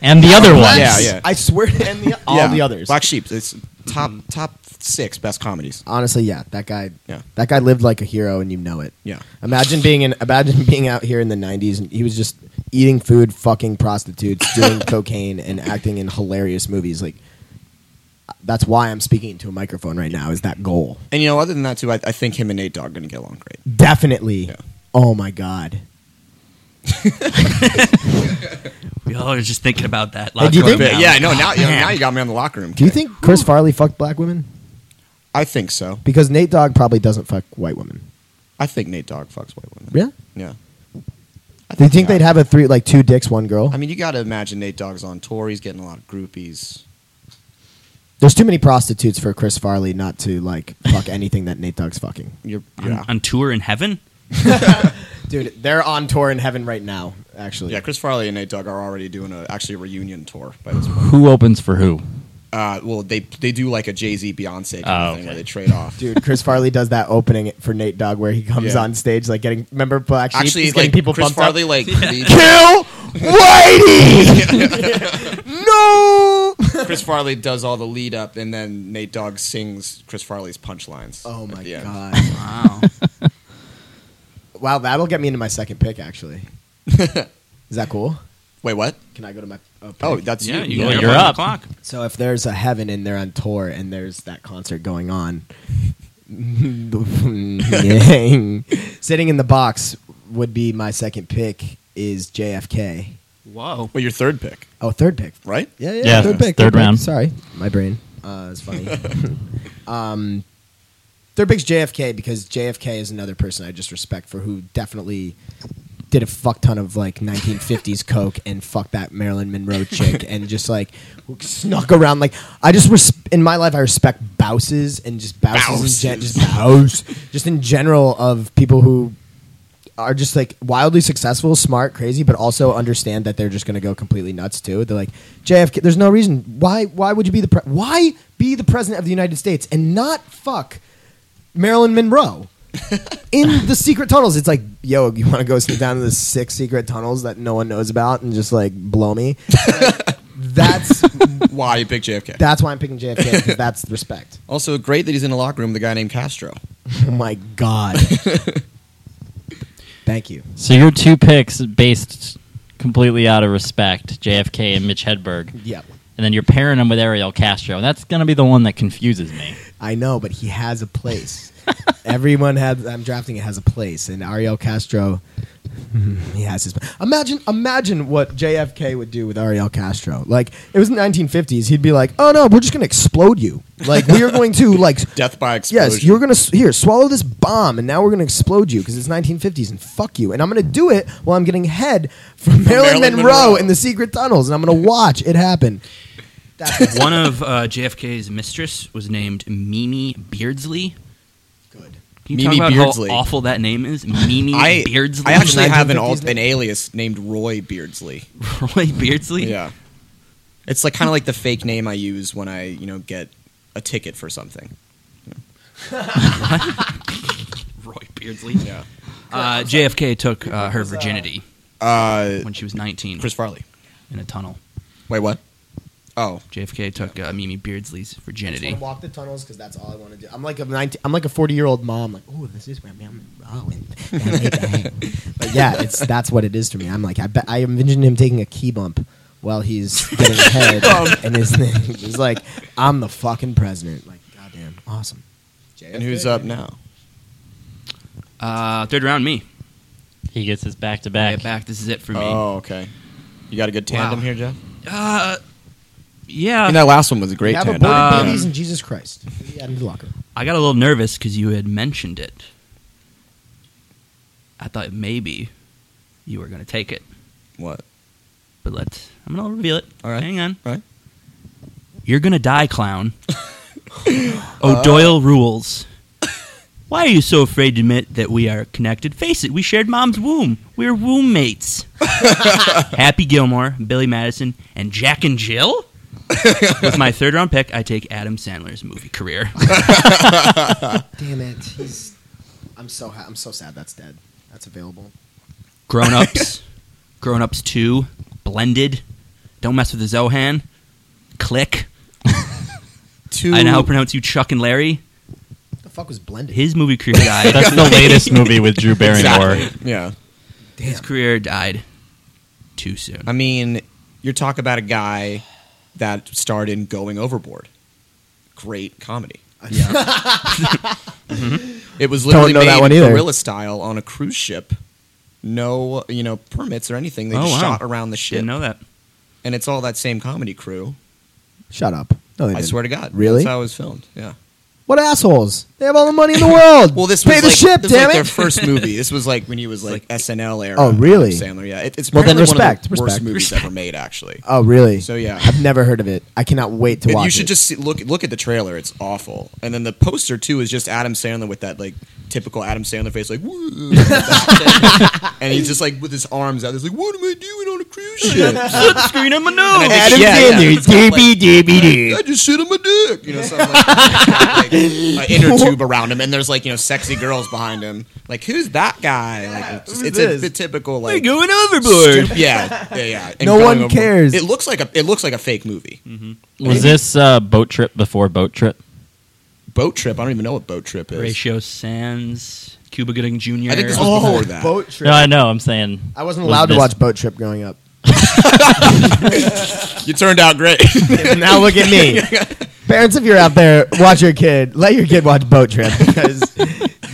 Speaker 3: and the other
Speaker 4: [LAUGHS] Black
Speaker 3: one.
Speaker 2: Yeah,
Speaker 4: Sheep.
Speaker 2: yeah.
Speaker 4: I swear, and the,
Speaker 2: [LAUGHS]
Speaker 4: all
Speaker 2: Yeah,
Speaker 4: the others. Mm-hmm.
Speaker 2: Black Sheep. It's top top six best comedies.
Speaker 4: Honestly, yeah, that guy.
Speaker 2: Yeah.
Speaker 4: That guy lived like a hero, and you know it.
Speaker 2: Yeah,
Speaker 4: Imagine being in. Imagine [LAUGHS] being out here in the '90s, and he was just eating food, fucking prostitutes,
Speaker 2: [LAUGHS]
Speaker 4: doing cocaine, and acting in hilarious movies. Like, that's why I'm speaking into a microphone right now. Is that goal?
Speaker 2: and you know, other than that too, I, I think him and Nate Dogg are gonna get along great.
Speaker 4: Definitely.
Speaker 2: Yeah.
Speaker 4: Oh my god.
Speaker 1: We all are just thinking about that.
Speaker 4: Hey, do you
Speaker 1: locker
Speaker 4: think-
Speaker 1: room now.
Speaker 2: yeah, I know. Now, you know,
Speaker 1: Man.
Speaker 2: now you got me on the locker room.
Speaker 4: Do you
Speaker 2: kick.
Speaker 4: think Chris Farley fucked black women?
Speaker 2: I think so.
Speaker 4: Because Nate Dogg probably doesn't fuck white women.
Speaker 2: I think Nate Dogg fucks white women.
Speaker 4: Yeah.
Speaker 2: Yeah. I
Speaker 4: Do you think
Speaker 2: yeah.
Speaker 4: they'd have a three, like two dicks, one girl?
Speaker 2: I mean, you got to imagine Nate Dogg's on tour. He's getting a lot of groupies.
Speaker 4: There's too many prostitutes for Chris Farley not to like fuck [LAUGHS] anything that Nate Dogg's fucking.
Speaker 2: You're,
Speaker 1: On,
Speaker 2: yeah.
Speaker 1: on tour in heaven?
Speaker 4: Dude, they're on tour in heaven right now. Actually,
Speaker 2: yeah, Chris Farley and Nate Dogg are already doing a actually a reunion tour by this point.
Speaker 3: Who opens for who?
Speaker 2: Uh, well, they they do like a Jay Z Beyonce kind
Speaker 3: Oh,
Speaker 2: of thing
Speaker 3: okay.
Speaker 2: where they trade off.
Speaker 4: dude, Chris Farley does that opening for Nate Dogg where he comes
Speaker 2: Yeah.
Speaker 4: on stage like getting remember Black Sheep,
Speaker 2: Actually,
Speaker 4: He's
Speaker 2: like
Speaker 4: getting people
Speaker 2: Chris
Speaker 4: bumped
Speaker 2: Farley,
Speaker 4: up. [LAUGHS]
Speaker 2: like the-
Speaker 4: Kill Whitey. no.
Speaker 2: Chris Farley does all the lead up, and then Nate Dogg sings Chris Farley's punchlines.
Speaker 4: Oh my
Speaker 2: at the end.
Speaker 4: god.
Speaker 1: Wow.
Speaker 4: Wow, that'll get me into my second pick. [LAUGHS] Actually, is that cool?
Speaker 2: Wait, what?
Speaker 4: Can I go to my? Uh, pick?
Speaker 2: Oh,
Speaker 1: [LAUGHS]
Speaker 2: that's
Speaker 1: Yeah,
Speaker 2: you.
Speaker 1: you
Speaker 3: Yeah,
Speaker 1: can
Speaker 3: you're
Speaker 1: you're up.
Speaker 3: up.
Speaker 1: on The clock.
Speaker 4: So if there's a heaven and they're on tour and there's that concert going on, [LAUGHS] sitting in the box would be my second pick is JFK.
Speaker 1: Whoa.
Speaker 2: Well, your third pick,
Speaker 4: Oh, third pick.
Speaker 2: right?
Speaker 4: Yeah, yeah,
Speaker 3: Yeah,
Speaker 4: third pick.
Speaker 3: third
Speaker 4: pick.
Speaker 3: round.
Speaker 4: Sorry, my brain uh, is [LAUGHS] funny. um, third pick's JFK because JFK is another person I just respect for who definitely did a fuck ton of like 1950s coke and fucked that Marilyn Monroe chick and just like snuck around. Like I just res- in my life I respect bouses and just bouses, In gen-
Speaker 2: Bouses.
Speaker 4: just bouse, just in general of people who are just like wildly successful, smart, crazy, but also understand that they're just going to go completely nuts too. They're like JFK. There's no reason why. Why would you be the pre- why be the president of the United States and not fuck Marilyn Monroe in the secret tunnels? It's like, yo, you want to go sit down in the six secret tunnels that no one knows about and just like blow me? Like, that's
Speaker 2: Why you picked JFK?
Speaker 4: that's why I'm picking JFK because that's respect.
Speaker 2: also, great that he's in the locker room. with a guy named Castro.
Speaker 4: Oh my god. Thank you.
Speaker 3: So your two picks based completely out of respect, JFK and Mitch Hedberg,
Speaker 4: Yep.
Speaker 3: and then you're pairing them with Ariel Castro. That's gonna be the one that confuses me.
Speaker 4: I know, but he has
Speaker 2: [LAUGHS]
Speaker 4: a place. Everyone has. I'm drafting. It has a place, and Ariel Castro. He has his. Imagine, imagine what JFK would do with Ariel Castro. Like it was the 1950s. He'd be like, "Oh no, we're just going to explode you. Like we are
Speaker 2: [LAUGHS]
Speaker 4: going to like
Speaker 2: Death by explosion.
Speaker 4: Yes, you're gonna s- here swallow this bomb, and now we're gonna explode you because it's 1950s, and fuck you. And I'm gonna do it while I'm getting head from Marilyn,
Speaker 2: Marilyn
Speaker 4: Monroe,
Speaker 2: Monroe.
Speaker 4: in the secret tunnels, and I'm gonna watch it happen.
Speaker 2: [LAUGHS]
Speaker 1: [LAUGHS]
Speaker 4: That's
Speaker 1: One of uh, JFK's mistress was named Mimi Beardsley.
Speaker 4: good.
Speaker 1: Can you
Speaker 2: Mimi
Speaker 1: talk about
Speaker 2: Beardsley.
Speaker 1: how awful that name is? Mimi
Speaker 2: [LAUGHS] I,
Speaker 1: Beardsley.
Speaker 2: I actually have an, al-
Speaker 4: 1950s
Speaker 2: an alias named Roy Beardsley.
Speaker 1: [LAUGHS] Roy Beardsley.
Speaker 2: Yeah. It's like kind of like the fake name I use when I, you know, get a ticket for something.
Speaker 1: Roy Beardsley.
Speaker 2: Yeah.
Speaker 1: Uh, JFK took uh, her virginity
Speaker 2: Uh,
Speaker 1: when she was 19
Speaker 2: Chris Farley.
Speaker 1: in a tunnel.
Speaker 2: Wait, what? Oh,
Speaker 1: JFK took uh, Mimi Beardsley's
Speaker 4: I
Speaker 1: virginity.
Speaker 4: just want to walk the tunnels because that's all I want to do. I'm like a 19, I'm like a 40 year old mom. Like, oh, this is where I'm [LAUGHS] rolling. but yeah, it's that's what it is to me. I'm like, I bet I envision him taking a key bump while he's [LAUGHS] getting head, and his name [LAUGHS] is like, I'm the fucking president. Like, goddamn, awesome.
Speaker 2: and who's up now?
Speaker 1: Uh, third round, me.
Speaker 3: He gets his back to
Speaker 1: Back.
Speaker 3: back.
Speaker 1: back. This is it for me.
Speaker 2: Oh, okay. You got a good tandem
Speaker 1: Wow.
Speaker 2: here, Jeff?
Speaker 1: Uh, yeah.
Speaker 2: and that last one was a
Speaker 4: We
Speaker 2: great
Speaker 4: have
Speaker 2: tandem.
Speaker 4: aborted
Speaker 1: Um,
Speaker 4: babies in Jesus Christ. We added the locker.
Speaker 1: I got a little nervous because you had mentioned it. I thought maybe you were going to take it,
Speaker 2: what? [LAUGHS]
Speaker 1: but let's. I'm going to reveal it.
Speaker 2: All right.
Speaker 1: Hang on.
Speaker 2: All right.
Speaker 1: You're going to die,
Speaker 2: [LAUGHS]
Speaker 1: clown. [LAUGHS]
Speaker 2: Uh.
Speaker 1: O'Doyle rules. Why are you so afraid to admit that we are connected? Face it, we shared mom's womb. We're womb
Speaker 2: [LAUGHS]
Speaker 1: mates. Happy Gilmore, Billy Madison, and Jack and Jill? With my third round pick, I take Adam Sandler's movie
Speaker 2: [LAUGHS]
Speaker 1: career.
Speaker 4: Damn it, he's. I'm so ha- I'm so sad that's dead. That's available.
Speaker 1: Grown Ups, Grown Ups 2, Blended, Don't Mess with the Zohan, Click.
Speaker 2: Two.
Speaker 1: I now pronounce you Chuck and Larry.
Speaker 4: What the fuck was blended?
Speaker 1: His movie
Speaker 2: [LAUGHS]
Speaker 1: career died.
Speaker 3: That's the latest movie with Drew Barrymore.
Speaker 2: Exactly. Yeah.
Speaker 1: His career died too soon.
Speaker 2: I mean, you're talking about a guy that starred in Going Overboard. Great
Speaker 4: [LAUGHS]
Speaker 2: comedy. Mm-hmm. It was
Speaker 4: Don't
Speaker 2: literally
Speaker 4: know
Speaker 2: made
Speaker 4: that one either.
Speaker 2: guerrilla style on a cruise ship. No, you know, permits or anything. They
Speaker 1: Oh,
Speaker 2: just
Speaker 1: wow.
Speaker 2: shot around the ship,
Speaker 1: Didn't know that.
Speaker 2: and it's all that same comedy crew.
Speaker 4: Shut up. No, they
Speaker 2: I
Speaker 4: didn't.
Speaker 2: swear to God,
Speaker 4: Really?
Speaker 2: That's how it was filmed. Yeah.
Speaker 4: What assholes? They have all the money in the
Speaker 2: [LAUGHS]
Speaker 4: world.
Speaker 2: Well, this
Speaker 4: pay
Speaker 2: was
Speaker 4: the
Speaker 2: like,
Speaker 4: ship,
Speaker 2: this was
Speaker 4: damn
Speaker 2: like Their
Speaker 4: it. [LAUGHS]
Speaker 2: first movie. This was like when he was like, SNL era.
Speaker 4: Oh, really?
Speaker 2: Sandler. Yeah. It, it's
Speaker 4: Well, then
Speaker 2: apparently one of
Speaker 4: respect,
Speaker 2: the worst
Speaker 4: respect.
Speaker 2: movies
Speaker 1: Respect.
Speaker 2: ever made, actually.
Speaker 4: Oh, really?
Speaker 2: So, yeah.
Speaker 4: I've never heard of it. I cannot wait to
Speaker 2: And
Speaker 4: watch
Speaker 2: you should
Speaker 4: it.
Speaker 2: just see, look look at the trailer. It's awful. And then the poster too is just Adam Sandler with that like typical Adam Sandler face, like
Speaker 4: [LAUGHS]
Speaker 2: woo, and he's just like with his arms out. He's like, "What am I doing on a cruise ship?
Speaker 1: Sunscreen on my nose.
Speaker 2: I think- yeah, yeah. It's not like-
Speaker 4: dee.
Speaker 2: I just shit on my dick." You know, something like, like an
Speaker 4: [LAUGHS]
Speaker 2: inner tube around him, and there's like you know sexy girls behind him. Like, who's that guy? Like, it's,
Speaker 4: who's
Speaker 2: it's a,
Speaker 4: this?
Speaker 2: the typical like [LAUGHS]
Speaker 1: going
Speaker 2: stu-
Speaker 1: overboard.
Speaker 2: yeah, yeah, yeah. And
Speaker 4: No
Speaker 2: going
Speaker 4: one
Speaker 2: overboard.
Speaker 4: cares.
Speaker 2: It looks like a it looks like a fake movie.
Speaker 3: Was this uh, boat trip before boat trip?
Speaker 2: Boat trip. I don't even know what boat trip is.
Speaker 1: Horatio Sands, Cuba Gooding Jr.
Speaker 2: I think this was Oh, before that.
Speaker 4: boat trip.
Speaker 3: No, I know. I'm saying
Speaker 4: I wasn't
Speaker 3: was
Speaker 4: allowed to
Speaker 3: this-
Speaker 4: watch Boat Trip growing up. [LAUGHS]
Speaker 2: You turned out great. [LAUGHS]
Speaker 4: now look at me. Parents, if you're out there, watch your kid. Let your kid watch Boat Trip
Speaker 2: [LAUGHS]
Speaker 4: because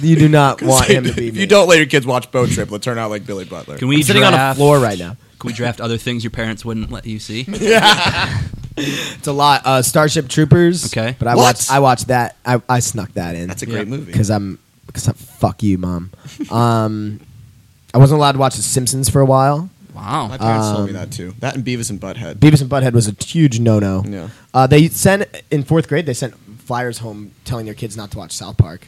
Speaker 4: you do not want him to be.
Speaker 2: if
Speaker 4: me.
Speaker 2: you don't let your kids watch Boat Trip, they'll turn out like Billy Butler.
Speaker 1: Can we
Speaker 4: I'm sitting on
Speaker 1: draft,
Speaker 4: a floor right now.
Speaker 1: Can we draft other things your parents wouldn't let you
Speaker 2: [LAUGHS]
Speaker 1: see?
Speaker 4: It's a lot. Uh, Starship Troopers.
Speaker 1: Okay.
Speaker 4: but I
Speaker 2: What?
Speaker 4: watched. I watched that. I, I snuck that in.
Speaker 2: That's a
Speaker 1: Yeah.
Speaker 2: great movie.
Speaker 4: because I'm because I'm fuck you, mom. [LAUGHS] Um, I wasn't allowed to watch The Simpsons for a while.
Speaker 2: My
Speaker 1: Wow.
Speaker 2: parents told me
Speaker 4: Um,
Speaker 2: that too. That and Beavis and Butthead.
Speaker 4: Beavis and Butthead was a huge no-no.
Speaker 2: Yeah.
Speaker 4: Uh, they sent in fourth grade. They sent flyers home telling their kids not to watch South Park.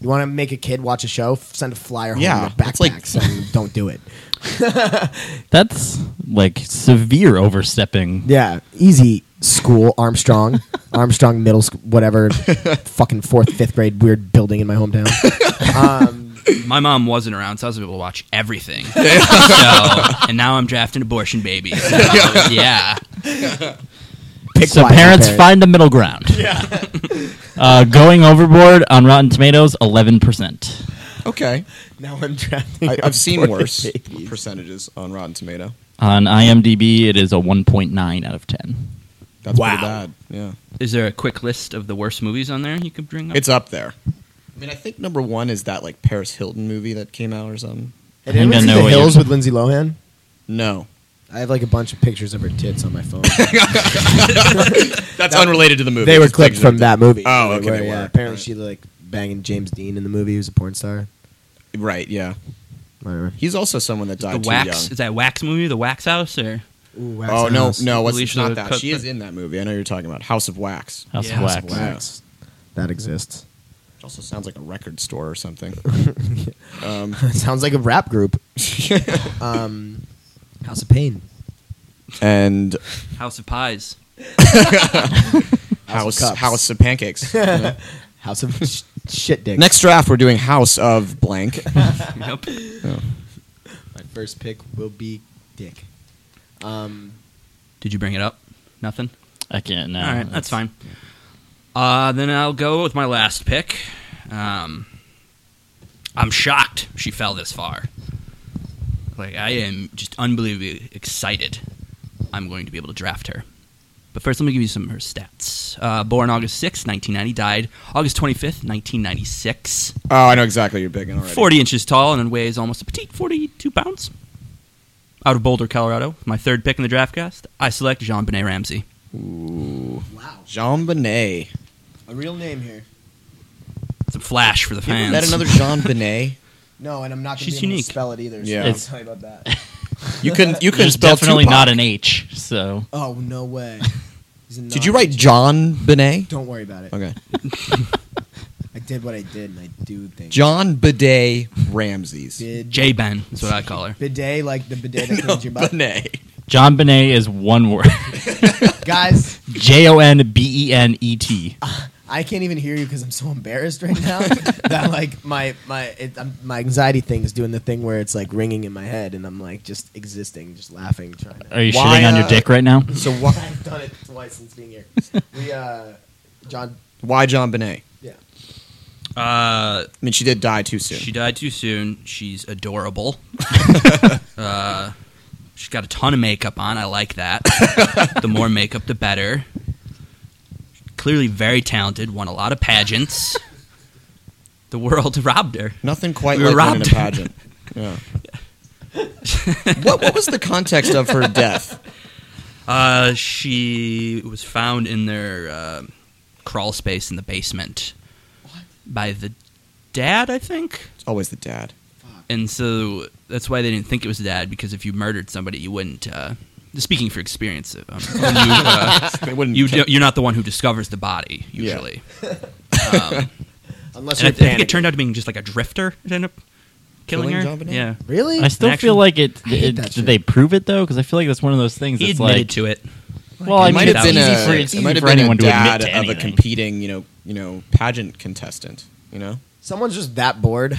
Speaker 4: You want to make a kid watch a show? F- Send a flyer home
Speaker 2: Yeah,
Speaker 4: in their
Speaker 2: it's like-
Speaker 4: backpack saying don't do it.
Speaker 3: that's like severe overstepping.
Speaker 4: Yeah, easy school
Speaker 2: [LAUGHS]
Speaker 4: Armstrong, Armstrong Middle School, whatever, fucking fourth, fifth grade weird building in
Speaker 2: [LAUGHS]
Speaker 4: my hometown. Um,
Speaker 1: My mom wasn't around, so I was able to watch
Speaker 2: [LAUGHS]
Speaker 1: everything. so, and now I'm drafting abortion babies. So, yeah.
Speaker 4: pick
Speaker 3: so
Speaker 4: wisely,
Speaker 3: parents find a middle ground. Yeah. [LAUGHS] uh, going overboard on Rotten Tomatoes, eleven percent.
Speaker 2: Okay.
Speaker 4: Now I'm drafting. [LAUGHS]
Speaker 2: I, I've seen
Speaker 4: aborted
Speaker 2: worse
Speaker 4: babies.
Speaker 2: percentages on Rotten Tomato.
Speaker 3: On IMDb, it is a one point nine out of ten.
Speaker 2: That's
Speaker 4: Wow.
Speaker 2: pretty bad. Yeah.
Speaker 1: Is there a quick list of the worst movies on there you could bring up?
Speaker 2: It's up there. I mean, I think number one is that like Paris Hilton movie that came out or something.
Speaker 4: Did anyone
Speaker 3: I
Speaker 4: see
Speaker 3: know
Speaker 4: the
Speaker 3: what you're-
Speaker 4: hills with Lindsay Lohan?
Speaker 2: No.
Speaker 4: I have like a bunch of pictures of her tits on my
Speaker 2: [LAUGHS]
Speaker 4: phone.
Speaker 2: That's unrelated to the movie.
Speaker 4: they were
Speaker 2: It's
Speaker 4: clipped
Speaker 2: pictures of
Speaker 4: from that movie.
Speaker 2: Oh,
Speaker 4: They
Speaker 2: okay, they
Speaker 4: yeah,
Speaker 2: were.
Speaker 4: apparently,
Speaker 2: Alright.
Speaker 4: she like banging James Dean in the movie. He was a porn star.
Speaker 2: the- Right, yeah.
Speaker 4: Whatever.
Speaker 2: He's also someone that
Speaker 1: the
Speaker 2: died too
Speaker 1: wax.
Speaker 2: young.
Speaker 1: Is that wax movie? The Wax House? Or
Speaker 4: Ooh, Wax
Speaker 2: Oh,
Speaker 4: and
Speaker 2: no,
Speaker 4: House.
Speaker 2: no. What's
Speaker 1: Alicia
Speaker 2: not that?
Speaker 1: Cuthbert.
Speaker 2: She is in that movie. I know you're talking about House of Wax.
Speaker 3: House
Speaker 1: Yeah,
Speaker 3: of
Speaker 1: House
Speaker 3: Wax.
Speaker 1: of
Speaker 4: Wax. That exists. [LAUGHS]
Speaker 2: It also sounds like a record store or something. um,
Speaker 4: Sounds like a
Speaker 2: [LAUGHS]
Speaker 4: rap group. Um, House of Pain.
Speaker 2: and
Speaker 1: House of Pies?
Speaker 2: House
Speaker 4: Cups.
Speaker 2: House of Pancakes. [LAUGHS] Yeah.
Speaker 4: [LAUGHS] House of sh- Shit Dick.
Speaker 2: Next draft, we're doing House
Speaker 1: [LAUGHS]
Speaker 2: of Blank. [LAUGHS]
Speaker 1: Yep.
Speaker 4: my first pick will be Dick. Um,
Speaker 1: Did you bring it up? Nothing?
Speaker 3: I can't. No,
Speaker 1: All right, that's,
Speaker 3: Um,
Speaker 1: fine. Uh, then I'll go with my last pick. Um, I'm shocked she fell this far. Like I am just unbelievably excited. I'm going to be able to draft her. But first, let me give you some of her stats. Uh, born August 6, 1990, died August 25th, 1996.
Speaker 2: Oh, I know exactly you're big and already.
Speaker 1: 40 inches tall and weighs almost a petite 42 pounds. Out of Boulder, Colorado, my third pick in the draft cast, I select Jean Benet Ramsey.
Speaker 2: Ooh.
Speaker 4: wow,
Speaker 2: Jean Benet.
Speaker 4: a real name here.
Speaker 1: It's a flash for the
Speaker 2: You
Speaker 1: fans.
Speaker 2: ever met another Jean Benet?
Speaker 4: No, and I'm not gonna
Speaker 1: She's
Speaker 4: be able to
Speaker 1: unique.
Speaker 4: spell it either.
Speaker 2: Yeah.
Speaker 4: So I'm
Speaker 3: It's-
Speaker 4: sorry about that.
Speaker 2: [LAUGHS] You couldn't. You couldn't
Speaker 3: There's
Speaker 2: spell
Speaker 3: definitely
Speaker 2: Tupac.
Speaker 3: not an H. So
Speaker 4: Oh no way. He's a
Speaker 2: Did you
Speaker 4: non-
Speaker 2: write John Benet?
Speaker 4: Don't worry about it.
Speaker 2: Okay.
Speaker 4: I did what I did, and I do things.
Speaker 2: John Bidet Ramses.
Speaker 4: Bid-
Speaker 1: J Ben is [LAUGHS] what I call her.
Speaker 4: bidet, like the
Speaker 2: [LAUGHS]
Speaker 4: bidet that
Speaker 2: No,
Speaker 4: cleans your butt.
Speaker 2: Benet.
Speaker 3: John Benet is one word. [LAUGHS]
Speaker 4: Guys,
Speaker 3: J O N B E N E T.
Speaker 4: I can't even hear you because I'm so embarrassed right
Speaker 2: [LAUGHS]
Speaker 4: now that like my my it, i my anxiety thing is doing the thing where it's like ringing in my head, and I'm like just existing, just laughing, trying to.
Speaker 3: Are you
Speaker 2: Why,
Speaker 3: shitting on your
Speaker 2: uh,
Speaker 3: dick right now?
Speaker 2: So why?
Speaker 4: I've done it twice since being here. We, uh, John,
Speaker 2: Why John Benet?
Speaker 4: yeah.
Speaker 1: Uh,
Speaker 2: I mean, she did die too soon.
Speaker 1: she died too soon. She's adorable. uh, she's got a ton of makeup on. I like that. the more makeup, the better. Clearly very talented. Won a lot of pageants. The world [LAUGHS] robbed her.
Speaker 2: Nothing quite
Speaker 1: We were
Speaker 2: like winning
Speaker 1: robbed.
Speaker 2: a pageant.
Speaker 1: [LAUGHS]
Speaker 2: Yeah. what, what was the context of her death?
Speaker 1: Uh, she was found in their uh, crawl space in the basement by the dad, I think.
Speaker 2: It's always the dad.
Speaker 1: and so that's why they didn't think it was dad because if you murdered somebody you wouldn't uh, speaking for experience
Speaker 4: [LAUGHS]
Speaker 1: um, you, uh,
Speaker 2: They wouldn't.
Speaker 1: you,
Speaker 2: ca-
Speaker 1: you're not the one who discovers the body
Speaker 2: Yeah. [LAUGHS]
Speaker 1: usually um, and
Speaker 4: Unless
Speaker 1: I,
Speaker 4: you're
Speaker 1: I think it
Speaker 4: panicking.
Speaker 1: turned out to being just like a drifter that ended up killing,
Speaker 2: Killing
Speaker 1: her
Speaker 2: John Bonet?
Speaker 1: yeah
Speaker 4: really.
Speaker 3: I still
Speaker 1: An
Speaker 3: feel
Speaker 1: action-
Speaker 3: like it. it-
Speaker 4: that shit.
Speaker 3: did they prove it though? Because I feel like that's one of those things.
Speaker 1: he
Speaker 3: that's
Speaker 1: admitted
Speaker 3: like,
Speaker 1: to it
Speaker 3: Well, Oh,
Speaker 2: it
Speaker 3: I mean,
Speaker 2: might have
Speaker 3: it's
Speaker 2: been
Speaker 3: easy
Speaker 2: a.
Speaker 3: for, it's
Speaker 2: it
Speaker 3: easy
Speaker 2: might have
Speaker 3: for
Speaker 2: been
Speaker 3: anyone
Speaker 2: a dad
Speaker 3: to admit to
Speaker 2: of a
Speaker 3: anything.
Speaker 2: competing, you know, you know, pageant contestant. You know,
Speaker 4: Someone's just that bored.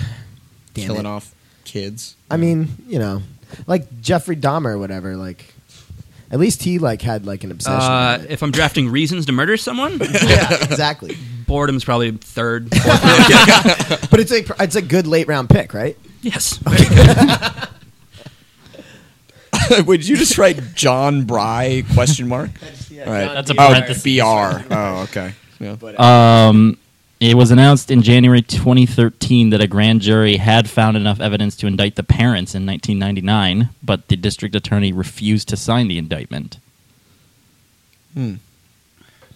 Speaker 4: Damn
Speaker 2: killing
Speaker 4: it.
Speaker 2: off
Speaker 3: [LAUGHS]
Speaker 2: kids.
Speaker 4: I mean, you know, like Jeffrey Dahmer or whatever. Like, at least he like had like an obsession.
Speaker 1: [LAUGHS] uh,
Speaker 4: with
Speaker 2: [LAUGHS]
Speaker 4: it.
Speaker 1: if I'm drafting reasons to murder someone
Speaker 4: yeah, exactly.
Speaker 1: Fordham's probably third. Fourth round pick.
Speaker 4: But it's like it's a good late round pick, right?
Speaker 1: yes. Very good.
Speaker 2: [LAUGHS] Would you just write John Bry question
Speaker 3: [LAUGHS]
Speaker 2: mark?
Speaker 4: Yeah,
Speaker 2: All right.
Speaker 3: That's a
Speaker 2: Oh,
Speaker 3: parenthesis.
Speaker 2: B R. Oh, okay. Yeah.
Speaker 3: Um, it was announced in January 2013 that a grand jury had found enough evidence to indict the parents in 1999, but the district attorney refused to sign the indictment.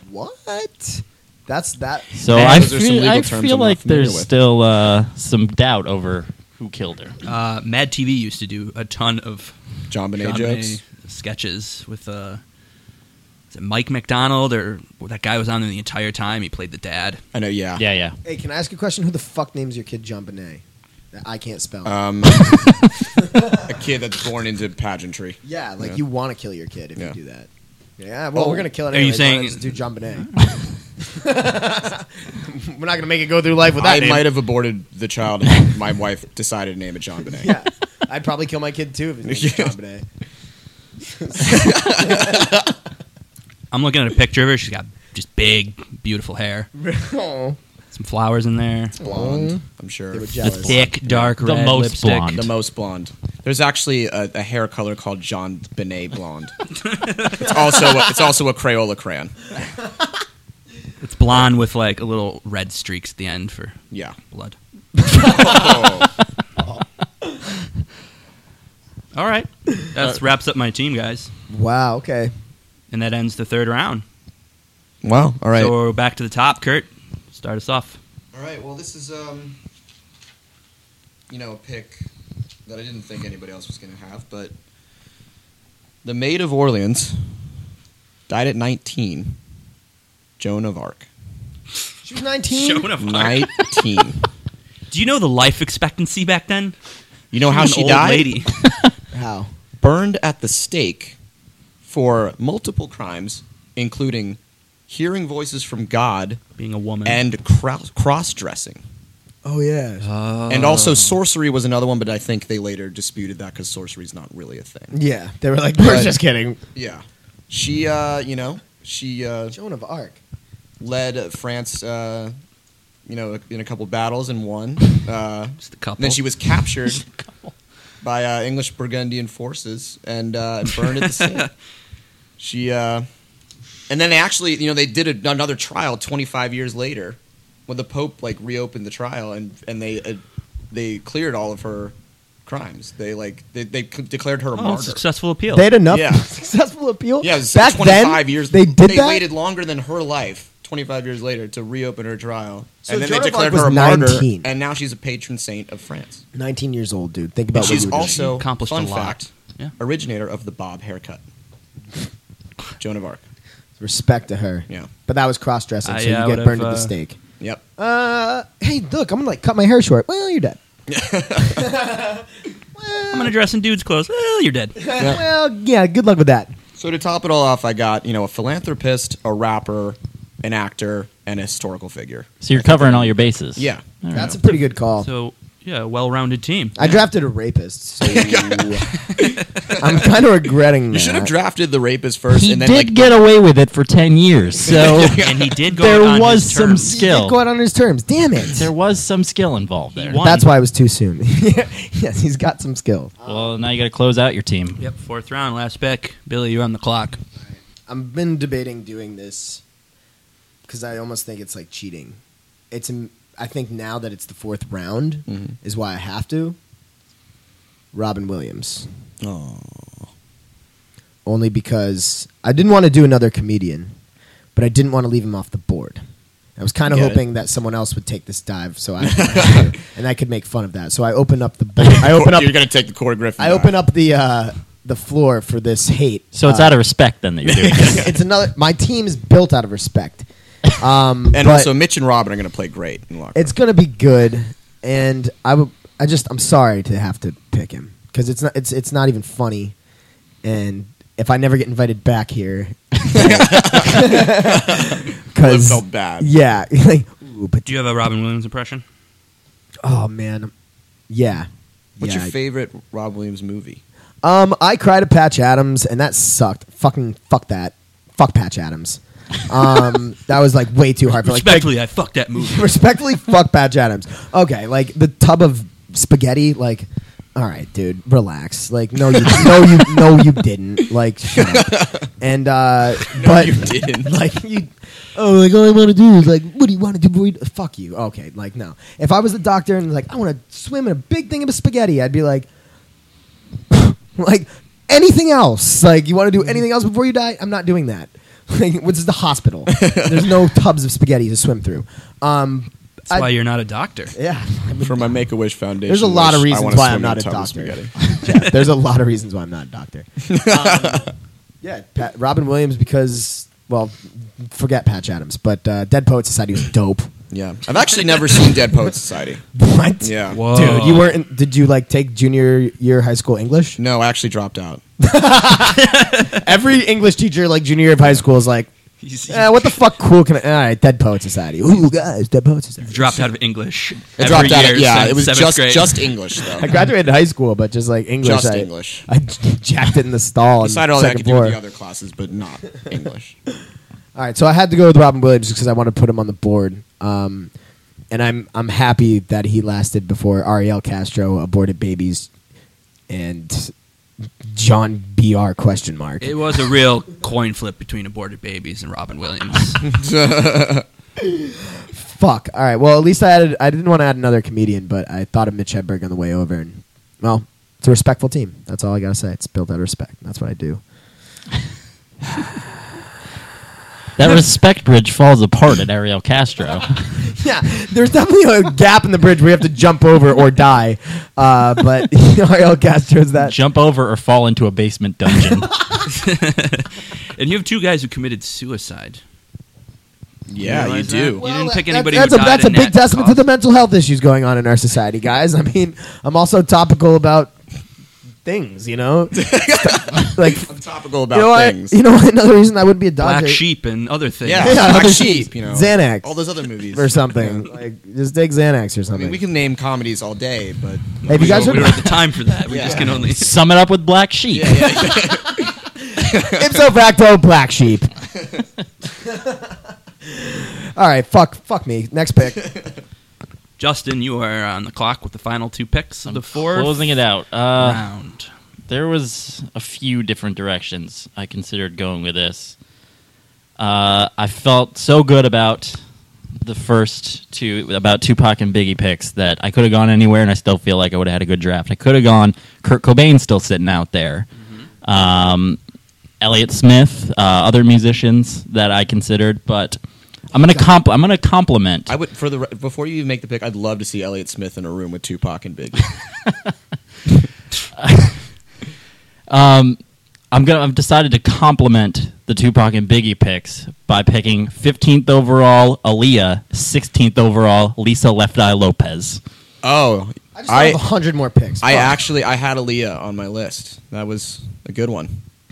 Speaker 4: What? That's that.
Speaker 3: So
Speaker 2: Man,
Speaker 3: I
Speaker 2: those are some
Speaker 3: feel,
Speaker 2: legal
Speaker 3: I
Speaker 2: terms
Speaker 3: feel
Speaker 2: I'm not
Speaker 3: like
Speaker 2: familiar
Speaker 3: there's
Speaker 2: with.
Speaker 3: still uh, some doubt over who killed her.
Speaker 1: Uh, Mad TV used to do a ton of
Speaker 2: John Bonet
Speaker 1: John
Speaker 2: jokes.
Speaker 1: Bonet sketches with uh, is it Mike McDonald or well, that guy was on there the entire time. He played the dad.
Speaker 2: I know. Yeah.
Speaker 3: Yeah, yeah.
Speaker 4: Hey, can I ask a question? Who the fuck names your kid John Bonet? I can't spell.
Speaker 3: [LAUGHS]
Speaker 2: Um, a kid that's born into pageantry.
Speaker 4: yeah, like
Speaker 2: yeah.
Speaker 4: you want to kill your kid if
Speaker 2: Yeah.
Speaker 4: you do that. Yeah, well,
Speaker 2: Oh.
Speaker 4: we're gonna kill it.
Speaker 1: Are you
Speaker 4: Anyway,
Speaker 1: saying-
Speaker 4: just do John Bonet? [LAUGHS] we're not gonna make it go through life without
Speaker 2: I
Speaker 4: name.
Speaker 2: might have aborted the child. If my wife decided to name it John Bonet.
Speaker 4: Yeah, I'd probably kill my kid too if his
Speaker 2: [LAUGHS]
Speaker 4: name was John Bonet.
Speaker 1: I'm looking at a picture of her. She's got just big, beautiful hair.
Speaker 4: [LAUGHS] Oh,
Speaker 1: Some flowers in there.
Speaker 2: Blonde. I'm sure.
Speaker 4: they were
Speaker 2: The
Speaker 1: The
Speaker 4: jealous.
Speaker 1: thick, dark
Speaker 3: The
Speaker 1: red
Speaker 3: most
Speaker 1: lipstick.
Speaker 3: blonde.
Speaker 2: most blonde. There's actually a, a hair color called John Bonet blonde. it's also a, it's also a Crayola crayon.
Speaker 1: It's blonde with like a little red streaks at the end for
Speaker 2: Yeah.
Speaker 1: blood.
Speaker 2: Oh.
Speaker 1: All right, that wraps up my team, guys,
Speaker 4: Wow. Okay.
Speaker 1: and that ends the third round.
Speaker 2: Wow. All right.
Speaker 1: So we're back to the top. Kurt, start us off.
Speaker 2: All right. Well, this is um, you know, a pick that I didn't think anybody else was going to have, but the Maid of Orleans died at 19. Joan of Arc.
Speaker 4: She was 19.
Speaker 1: Joan of Arc.
Speaker 2: 19.
Speaker 1: Do you know the life expectancy back then?
Speaker 2: you know how
Speaker 1: was an
Speaker 2: she
Speaker 1: old
Speaker 2: died?
Speaker 1: Lady.
Speaker 4: How?
Speaker 2: Burned at the stake for multiple crimes, including hearing voices from God
Speaker 1: Being a woman.
Speaker 2: and cross dressing.
Speaker 4: Oh yeah.
Speaker 2: And also, sorcery was another one, but I think they later disputed that because sorcery is not really a thing.
Speaker 4: yeah. They were like, we're
Speaker 2: But-
Speaker 4: just kidding.
Speaker 2: Yeah. She, uh, you know, she uh,
Speaker 4: Joan of Arc.
Speaker 2: led France, uh, you know, in a couple battles and won. Uh,
Speaker 1: Just a couple.
Speaker 2: and then she was captured by uh, English Burgundian forces and uh, and burned at the
Speaker 4: [LAUGHS]
Speaker 2: stake. She, uh, and then they actually, you know, they did a, another trial 25 years later when the Pope like reopened the trial and and they uh, they cleared all of her crimes. They like they, they c- declared her a
Speaker 1: Oh,
Speaker 2: martyr.
Speaker 1: successful appeal.
Speaker 4: They had enough
Speaker 2: Yeah.
Speaker 4: [LAUGHS] successful appeal.
Speaker 2: Yeah, it was
Speaker 4: back
Speaker 2: 25
Speaker 4: then,
Speaker 2: years.
Speaker 4: They did that.
Speaker 2: waited longer than her life. 25 years later to reopen her trial,
Speaker 4: So
Speaker 2: and then
Speaker 4: Joan
Speaker 2: they
Speaker 4: of Arc
Speaker 2: declared
Speaker 4: was
Speaker 2: her a
Speaker 4: 19.
Speaker 2: martyr, and now she's a patron saint of France.
Speaker 4: 19 years old, dude. Think
Speaker 2: And
Speaker 4: about what
Speaker 2: she's
Speaker 4: you were doing.
Speaker 2: also
Speaker 1: She accomplished
Speaker 2: fun
Speaker 1: a lot.
Speaker 2: fact
Speaker 1: Yeah.
Speaker 2: originator of the bob haircut. Joan
Speaker 1: [LAUGHS]
Speaker 2: of Arc.
Speaker 4: Respect to her.
Speaker 2: Yeah.
Speaker 4: But that was cross dressing,
Speaker 1: I,
Speaker 4: so you
Speaker 1: uh,
Speaker 4: get
Speaker 1: would've,
Speaker 4: burned at
Speaker 1: uh,
Speaker 4: the stake.
Speaker 2: Yep.
Speaker 4: Uh, hey, look, I'm gonna like cut my hair short. Well, you're dead.
Speaker 1: I'm gonna dress in dude's clothes. Well, you're dead.
Speaker 4: [LAUGHS] Well, yeah. Good luck with that.
Speaker 2: So to top it all off, I got you know a philanthropist, a rapper, an actor, and a historical figure.
Speaker 3: So you're covering all your bases.
Speaker 2: Yeah.
Speaker 3: All right.
Speaker 4: That's a pretty good call.
Speaker 1: So yeah, well-rounded team.
Speaker 4: Oh. I drafted a rapist, so [LAUGHS] I'm kind of regretting
Speaker 2: You
Speaker 4: that.
Speaker 2: should have drafted the rapist first,
Speaker 3: he
Speaker 2: and
Speaker 3: did
Speaker 2: then like
Speaker 3: get away with it for 10
Speaker 2: [LAUGHS]
Speaker 3: years, so
Speaker 1: and he did go.
Speaker 3: There
Speaker 1: out on
Speaker 3: was
Speaker 1: his
Speaker 3: some
Speaker 1: terms.
Speaker 3: skill.
Speaker 4: He did go out on his terms. Damn it.
Speaker 3: there was some skill involved there.
Speaker 1: He won.
Speaker 4: That's why it was too soon. [LAUGHS] yes, he's got some skill.
Speaker 3: Well, now you got to close out your team.
Speaker 1: Yep, fourth round, last pick. Billy, you're on the clock.
Speaker 4: I've been debating doing this because I almost think it's like cheating. It's in- I think now that it's the fourth round
Speaker 2: Mhm.
Speaker 4: is why I have to. Robin Williams,
Speaker 2: oh,
Speaker 4: only because I didn't want to do another comedian, but I didn't want to leave him off the board. I was kind of
Speaker 2: Get it.
Speaker 4: hoping that someone else would take this dive, so I and I could make fun of that. So I open up the board. I open up.
Speaker 2: you're gonna take the Corey Griffin.
Speaker 4: I open up the uh, the floor for this hate.
Speaker 3: So it's
Speaker 4: Uh,
Speaker 3: out of respect then that you're doing
Speaker 2: [LAUGHS]
Speaker 3: this.
Speaker 4: it's another. My team is built out of respect.
Speaker 2: [LAUGHS]
Speaker 4: Um,
Speaker 2: and
Speaker 4: but
Speaker 2: also Mitch and Robin are gonna play great. In locker
Speaker 4: it's gonna be good. And I would. I just. I'm sorry to have to pick him because it's not. It's it's not even funny. And if I never get invited
Speaker 2: [LAUGHS]
Speaker 4: back here, [LAUGHS]
Speaker 2: room. It
Speaker 4: because
Speaker 2: felt bad.
Speaker 4: yeah, [LAUGHS] like ooh, but
Speaker 1: Do you have a Robin Williams impression?
Speaker 4: oh man, yeah.
Speaker 2: What's
Speaker 4: yeah,
Speaker 2: your
Speaker 4: I-
Speaker 2: favorite Rob Williams movie?
Speaker 4: Um, I cried at Patch Adams, and that sucked. Fucking fuck that. Fuck Patch Adams. Um, that was like way too hard for like big-
Speaker 1: Respectfully, I fucked that movie.
Speaker 4: [LAUGHS] respectfully fuck Patch Adams. Okay, like the tub of spaghetti, like all right, dude, relax. Like no you no you no you didn't. Like shut up.
Speaker 2: [LAUGHS]
Speaker 4: And uh [LAUGHS] but
Speaker 2: you didn't.
Speaker 4: [LAUGHS] like you Oh, like all I want to do is like, what do you want to do? Boy? Fuck you. Okay, like no. If I was the doctor and like I want to swim in a big thing of spaghetti, I'd be like, [LAUGHS] like anything else. Like you want to do anything else before you die? I'm not doing that. [LAUGHS] Like, this is
Speaker 2: [LAUGHS]
Speaker 4: the hospital. There's no tubs of spaghetti to swim through. Um,
Speaker 1: That's why you're not a doctor.
Speaker 4: yeah, I mean,
Speaker 2: For my Make a Wish Foundation.
Speaker 4: there's a lot of
Speaker 2: wish, I
Speaker 4: reasons
Speaker 2: wanna
Speaker 4: why
Speaker 2: swim in
Speaker 4: I'm not a
Speaker 2: tub of
Speaker 4: doctor.
Speaker 2: spaghetti.
Speaker 4: [LAUGHS] Yeah, there's a lot of reasons why I'm not
Speaker 2: [LAUGHS]
Speaker 4: a doctor. Um, yeah, Pat, Robin Williams because well, forget Patch Adams, but uh, Dead Poet Society was dope. [LAUGHS]
Speaker 2: Yeah, I've actually never seen Dead Poet Society.
Speaker 4: What?
Speaker 2: Yeah.
Speaker 1: Whoa.
Speaker 4: Dude, you weren't. in- Did you like take junior year high
Speaker 2: [LAUGHS]
Speaker 4: school English?
Speaker 2: No, I actually dropped out.
Speaker 4: Every English teacher, like junior year of high school, is like,
Speaker 1: He's-
Speaker 2: [LAUGHS]
Speaker 4: eh, "What the fuck? Cool? Can I, all right, Dead Poet Society. Ooh, guys, Dead Poet Society.
Speaker 1: dropped out of English.
Speaker 2: I
Speaker 1: every
Speaker 2: dropped out.
Speaker 1: year
Speaker 2: Of, yeah,
Speaker 1: since
Speaker 2: it was
Speaker 1: seventh
Speaker 2: just
Speaker 1: grade.
Speaker 2: just English though.
Speaker 4: I graduated high school, but just like English,
Speaker 2: Just
Speaker 4: I,
Speaker 2: English.
Speaker 4: I [LAUGHS] jacked it in the stall. on
Speaker 2: Decided all that I
Speaker 4: second
Speaker 2: could do
Speaker 4: floor.
Speaker 2: with the other classes, but
Speaker 4: [LAUGHS]
Speaker 2: not English.
Speaker 4: All right, so I had to go with Robin Williams because I wanted to put him on the board, um, and I'm I'm happy that he lasted before Ariel Castro aborted babies, and John B R question mark.
Speaker 1: It was a real coin flip between aborted babies and Robin Williams.
Speaker 4: Fuck. All right. Well, at least I added. I didn't want to add another comedian, but I thought of Mitch Hedberg on the way over, and well, it's a respectful team. That's all I gotta say. It's built out of respect. That's what I do.
Speaker 3: That respect bridge falls apart at
Speaker 2: [LAUGHS]
Speaker 3: Ariel Castro. [LAUGHS]
Speaker 4: Yeah, there's definitely a gap in the bridge where you have to jump over or die. Uh, but [LAUGHS] Ariel Castro's that.
Speaker 3: Jump over or fall into a
Speaker 2: [LAUGHS]
Speaker 3: basement dungeon.
Speaker 1: and you have two guys who committed suicide.
Speaker 2: yeah, you
Speaker 1: realize
Speaker 2: do.
Speaker 1: that? You didn't pick
Speaker 4: that-
Speaker 1: anybody
Speaker 4: That's,
Speaker 1: who
Speaker 4: a,
Speaker 1: died
Speaker 4: that's a
Speaker 1: in
Speaker 4: big
Speaker 1: that
Speaker 4: testament to the mental health issues going on in our society, guys. I mean, I'm also topical about things,
Speaker 2: [LAUGHS]
Speaker 4: you know, like
Speaker 2: I'm topical
Speaker 4: you
Speaker 2: about
Speaker 4: know, what, [LAUGHS]
Speaker 2: things.
Speaker 4: you know, what, another reason I wouldn't be a
Speaker 1: Black
Speaker 4: doctor,
Speaker 1: sheep and other things.
Speaker 2: yeah,
Speaker 4: Yeah,
Speaker 2: Black
Speaker 4: other
Speaker 2: Sheep.
Speaker 4: shit.
Speaker 2: You know,
Speaker 4: Xanax.
Speaker 2: All those other movies
Speaker 4: or something.
Speaker 2: Yeah.
Speaker 4: Like, just take Xanax or
Speaker 2: I
Speaker 4: something.
Speaker 2: mean, we can name comedies all day, but
Speaker 4: Hey, if you
Speaker 1: We,
Speaker 4: guys
Speaker 1: don't- we
Speaker 4: [LAUGHS] would,
Speaker 1: don't have the time for that. We
Speaker 2: Yeah.
Speaker 1: just can only.
Speaker 3: Sum it up with black sheep.
Speaker 2: yeah, yeah, yeah. [LAUGHS]
Speaker 4: ipso facto, black sheep. All right, fuck, fuck me. Next pick.
Speaker 1: Justin, you are on the clock with the final two picks of the fourth
Speaker 3: Closing it out. Uh,
Speaker 1: round.
Speaker 3: there was a few different directions I considered going with this. Uh, I felt so good about the first two, about Tupac and Biggie picks, that I could have gone anywhere, and I still feel like I would have had a good draft. I could have gone. Kurt Cobain's still sitting out there. Um, Elliott Smith, uh, other musicians that I considered, but I'm gonna comp. I'm gonna compliment.
Speaker 2: I would for the re- before you even make the pick, I'd love to see Elliot Smith in a room with Tupac and Biggie.
Speaker 3: Um, I'm gonna. I've decided to complement the Tupac and Biggie picks by picking 15th overall Aaliyah, 16th overall Lisa Left Eye Lopez.
Speaker 2: Oh,
Speaker 4: I
Speaker 2: [LAUGHS]
Speaker 4: just
Speaker 2: I
Speaker 4: have hundred more picks.
Speaker 2: I
Speaker 4: Fuck.
Speaker 2: actually I had Aaliyah on my list. That was a good one.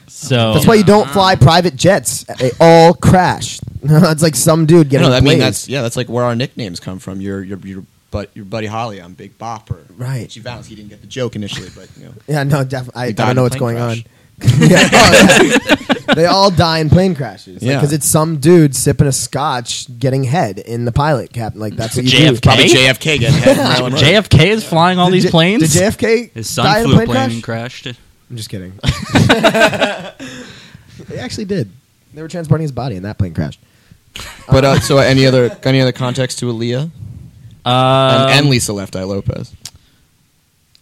Speaker 3: So
Speaker 4: That's why you don't fly private jets. They all crash. [LAUGHS] it's like some dude getting.
Speaker 2: no, I mean
Speaker 4: blazed.
Speaker 2: that's yeah, that's like where our nicknames come from. Your your your but your buddy Holly, I'm Big Bopper.
Speaker 4: Right.
Speaker 2: She bounced. He didn't get the joke initially, but you know.
Speaker 4: Yeah, no, definitely. I, I
Speaker 2: They died
Speaker 4: don't
Speaker 2: in
Speaker 4: know what's
Speaker 2: plane
Speaker 4: going on. [LAUGHS] Yeah, oh, yeah. they all die in plane crashes.
Speaker 2: Yeah.
Speaker 4: because it's some dude sipping a scotch getting head in the pilot cabin. Like that's what you do.
Speaker 3: JFK?
Speaker 2: Probably JFK getting head.
Speaker 3: [LAUGHS]
Speaker 2: from Marilyn Monroe.
Speaker 3: JFK is flying all
Speaker 4: Did
Speaker 3: these
Speaker 4: J-
Speaker 3: planes.
Speaker 4: Did JFK
Speaker 1: His
Speaker 4: die
Speaker 1: son
Speaker 4: in
Speaker 1: flew
Speaker 4: plane crash?
Speaker 1: and crashed it.
Speaker 4: I'm just kidding. [LAUGHS] he actually did. They were transporting his body, and that plane crashed.
Speaker 2: But uh, so any other any other context to Aaliyah
Speaker 3: Um,
Speaker 2: and, and Lisa Left Eye Lopez?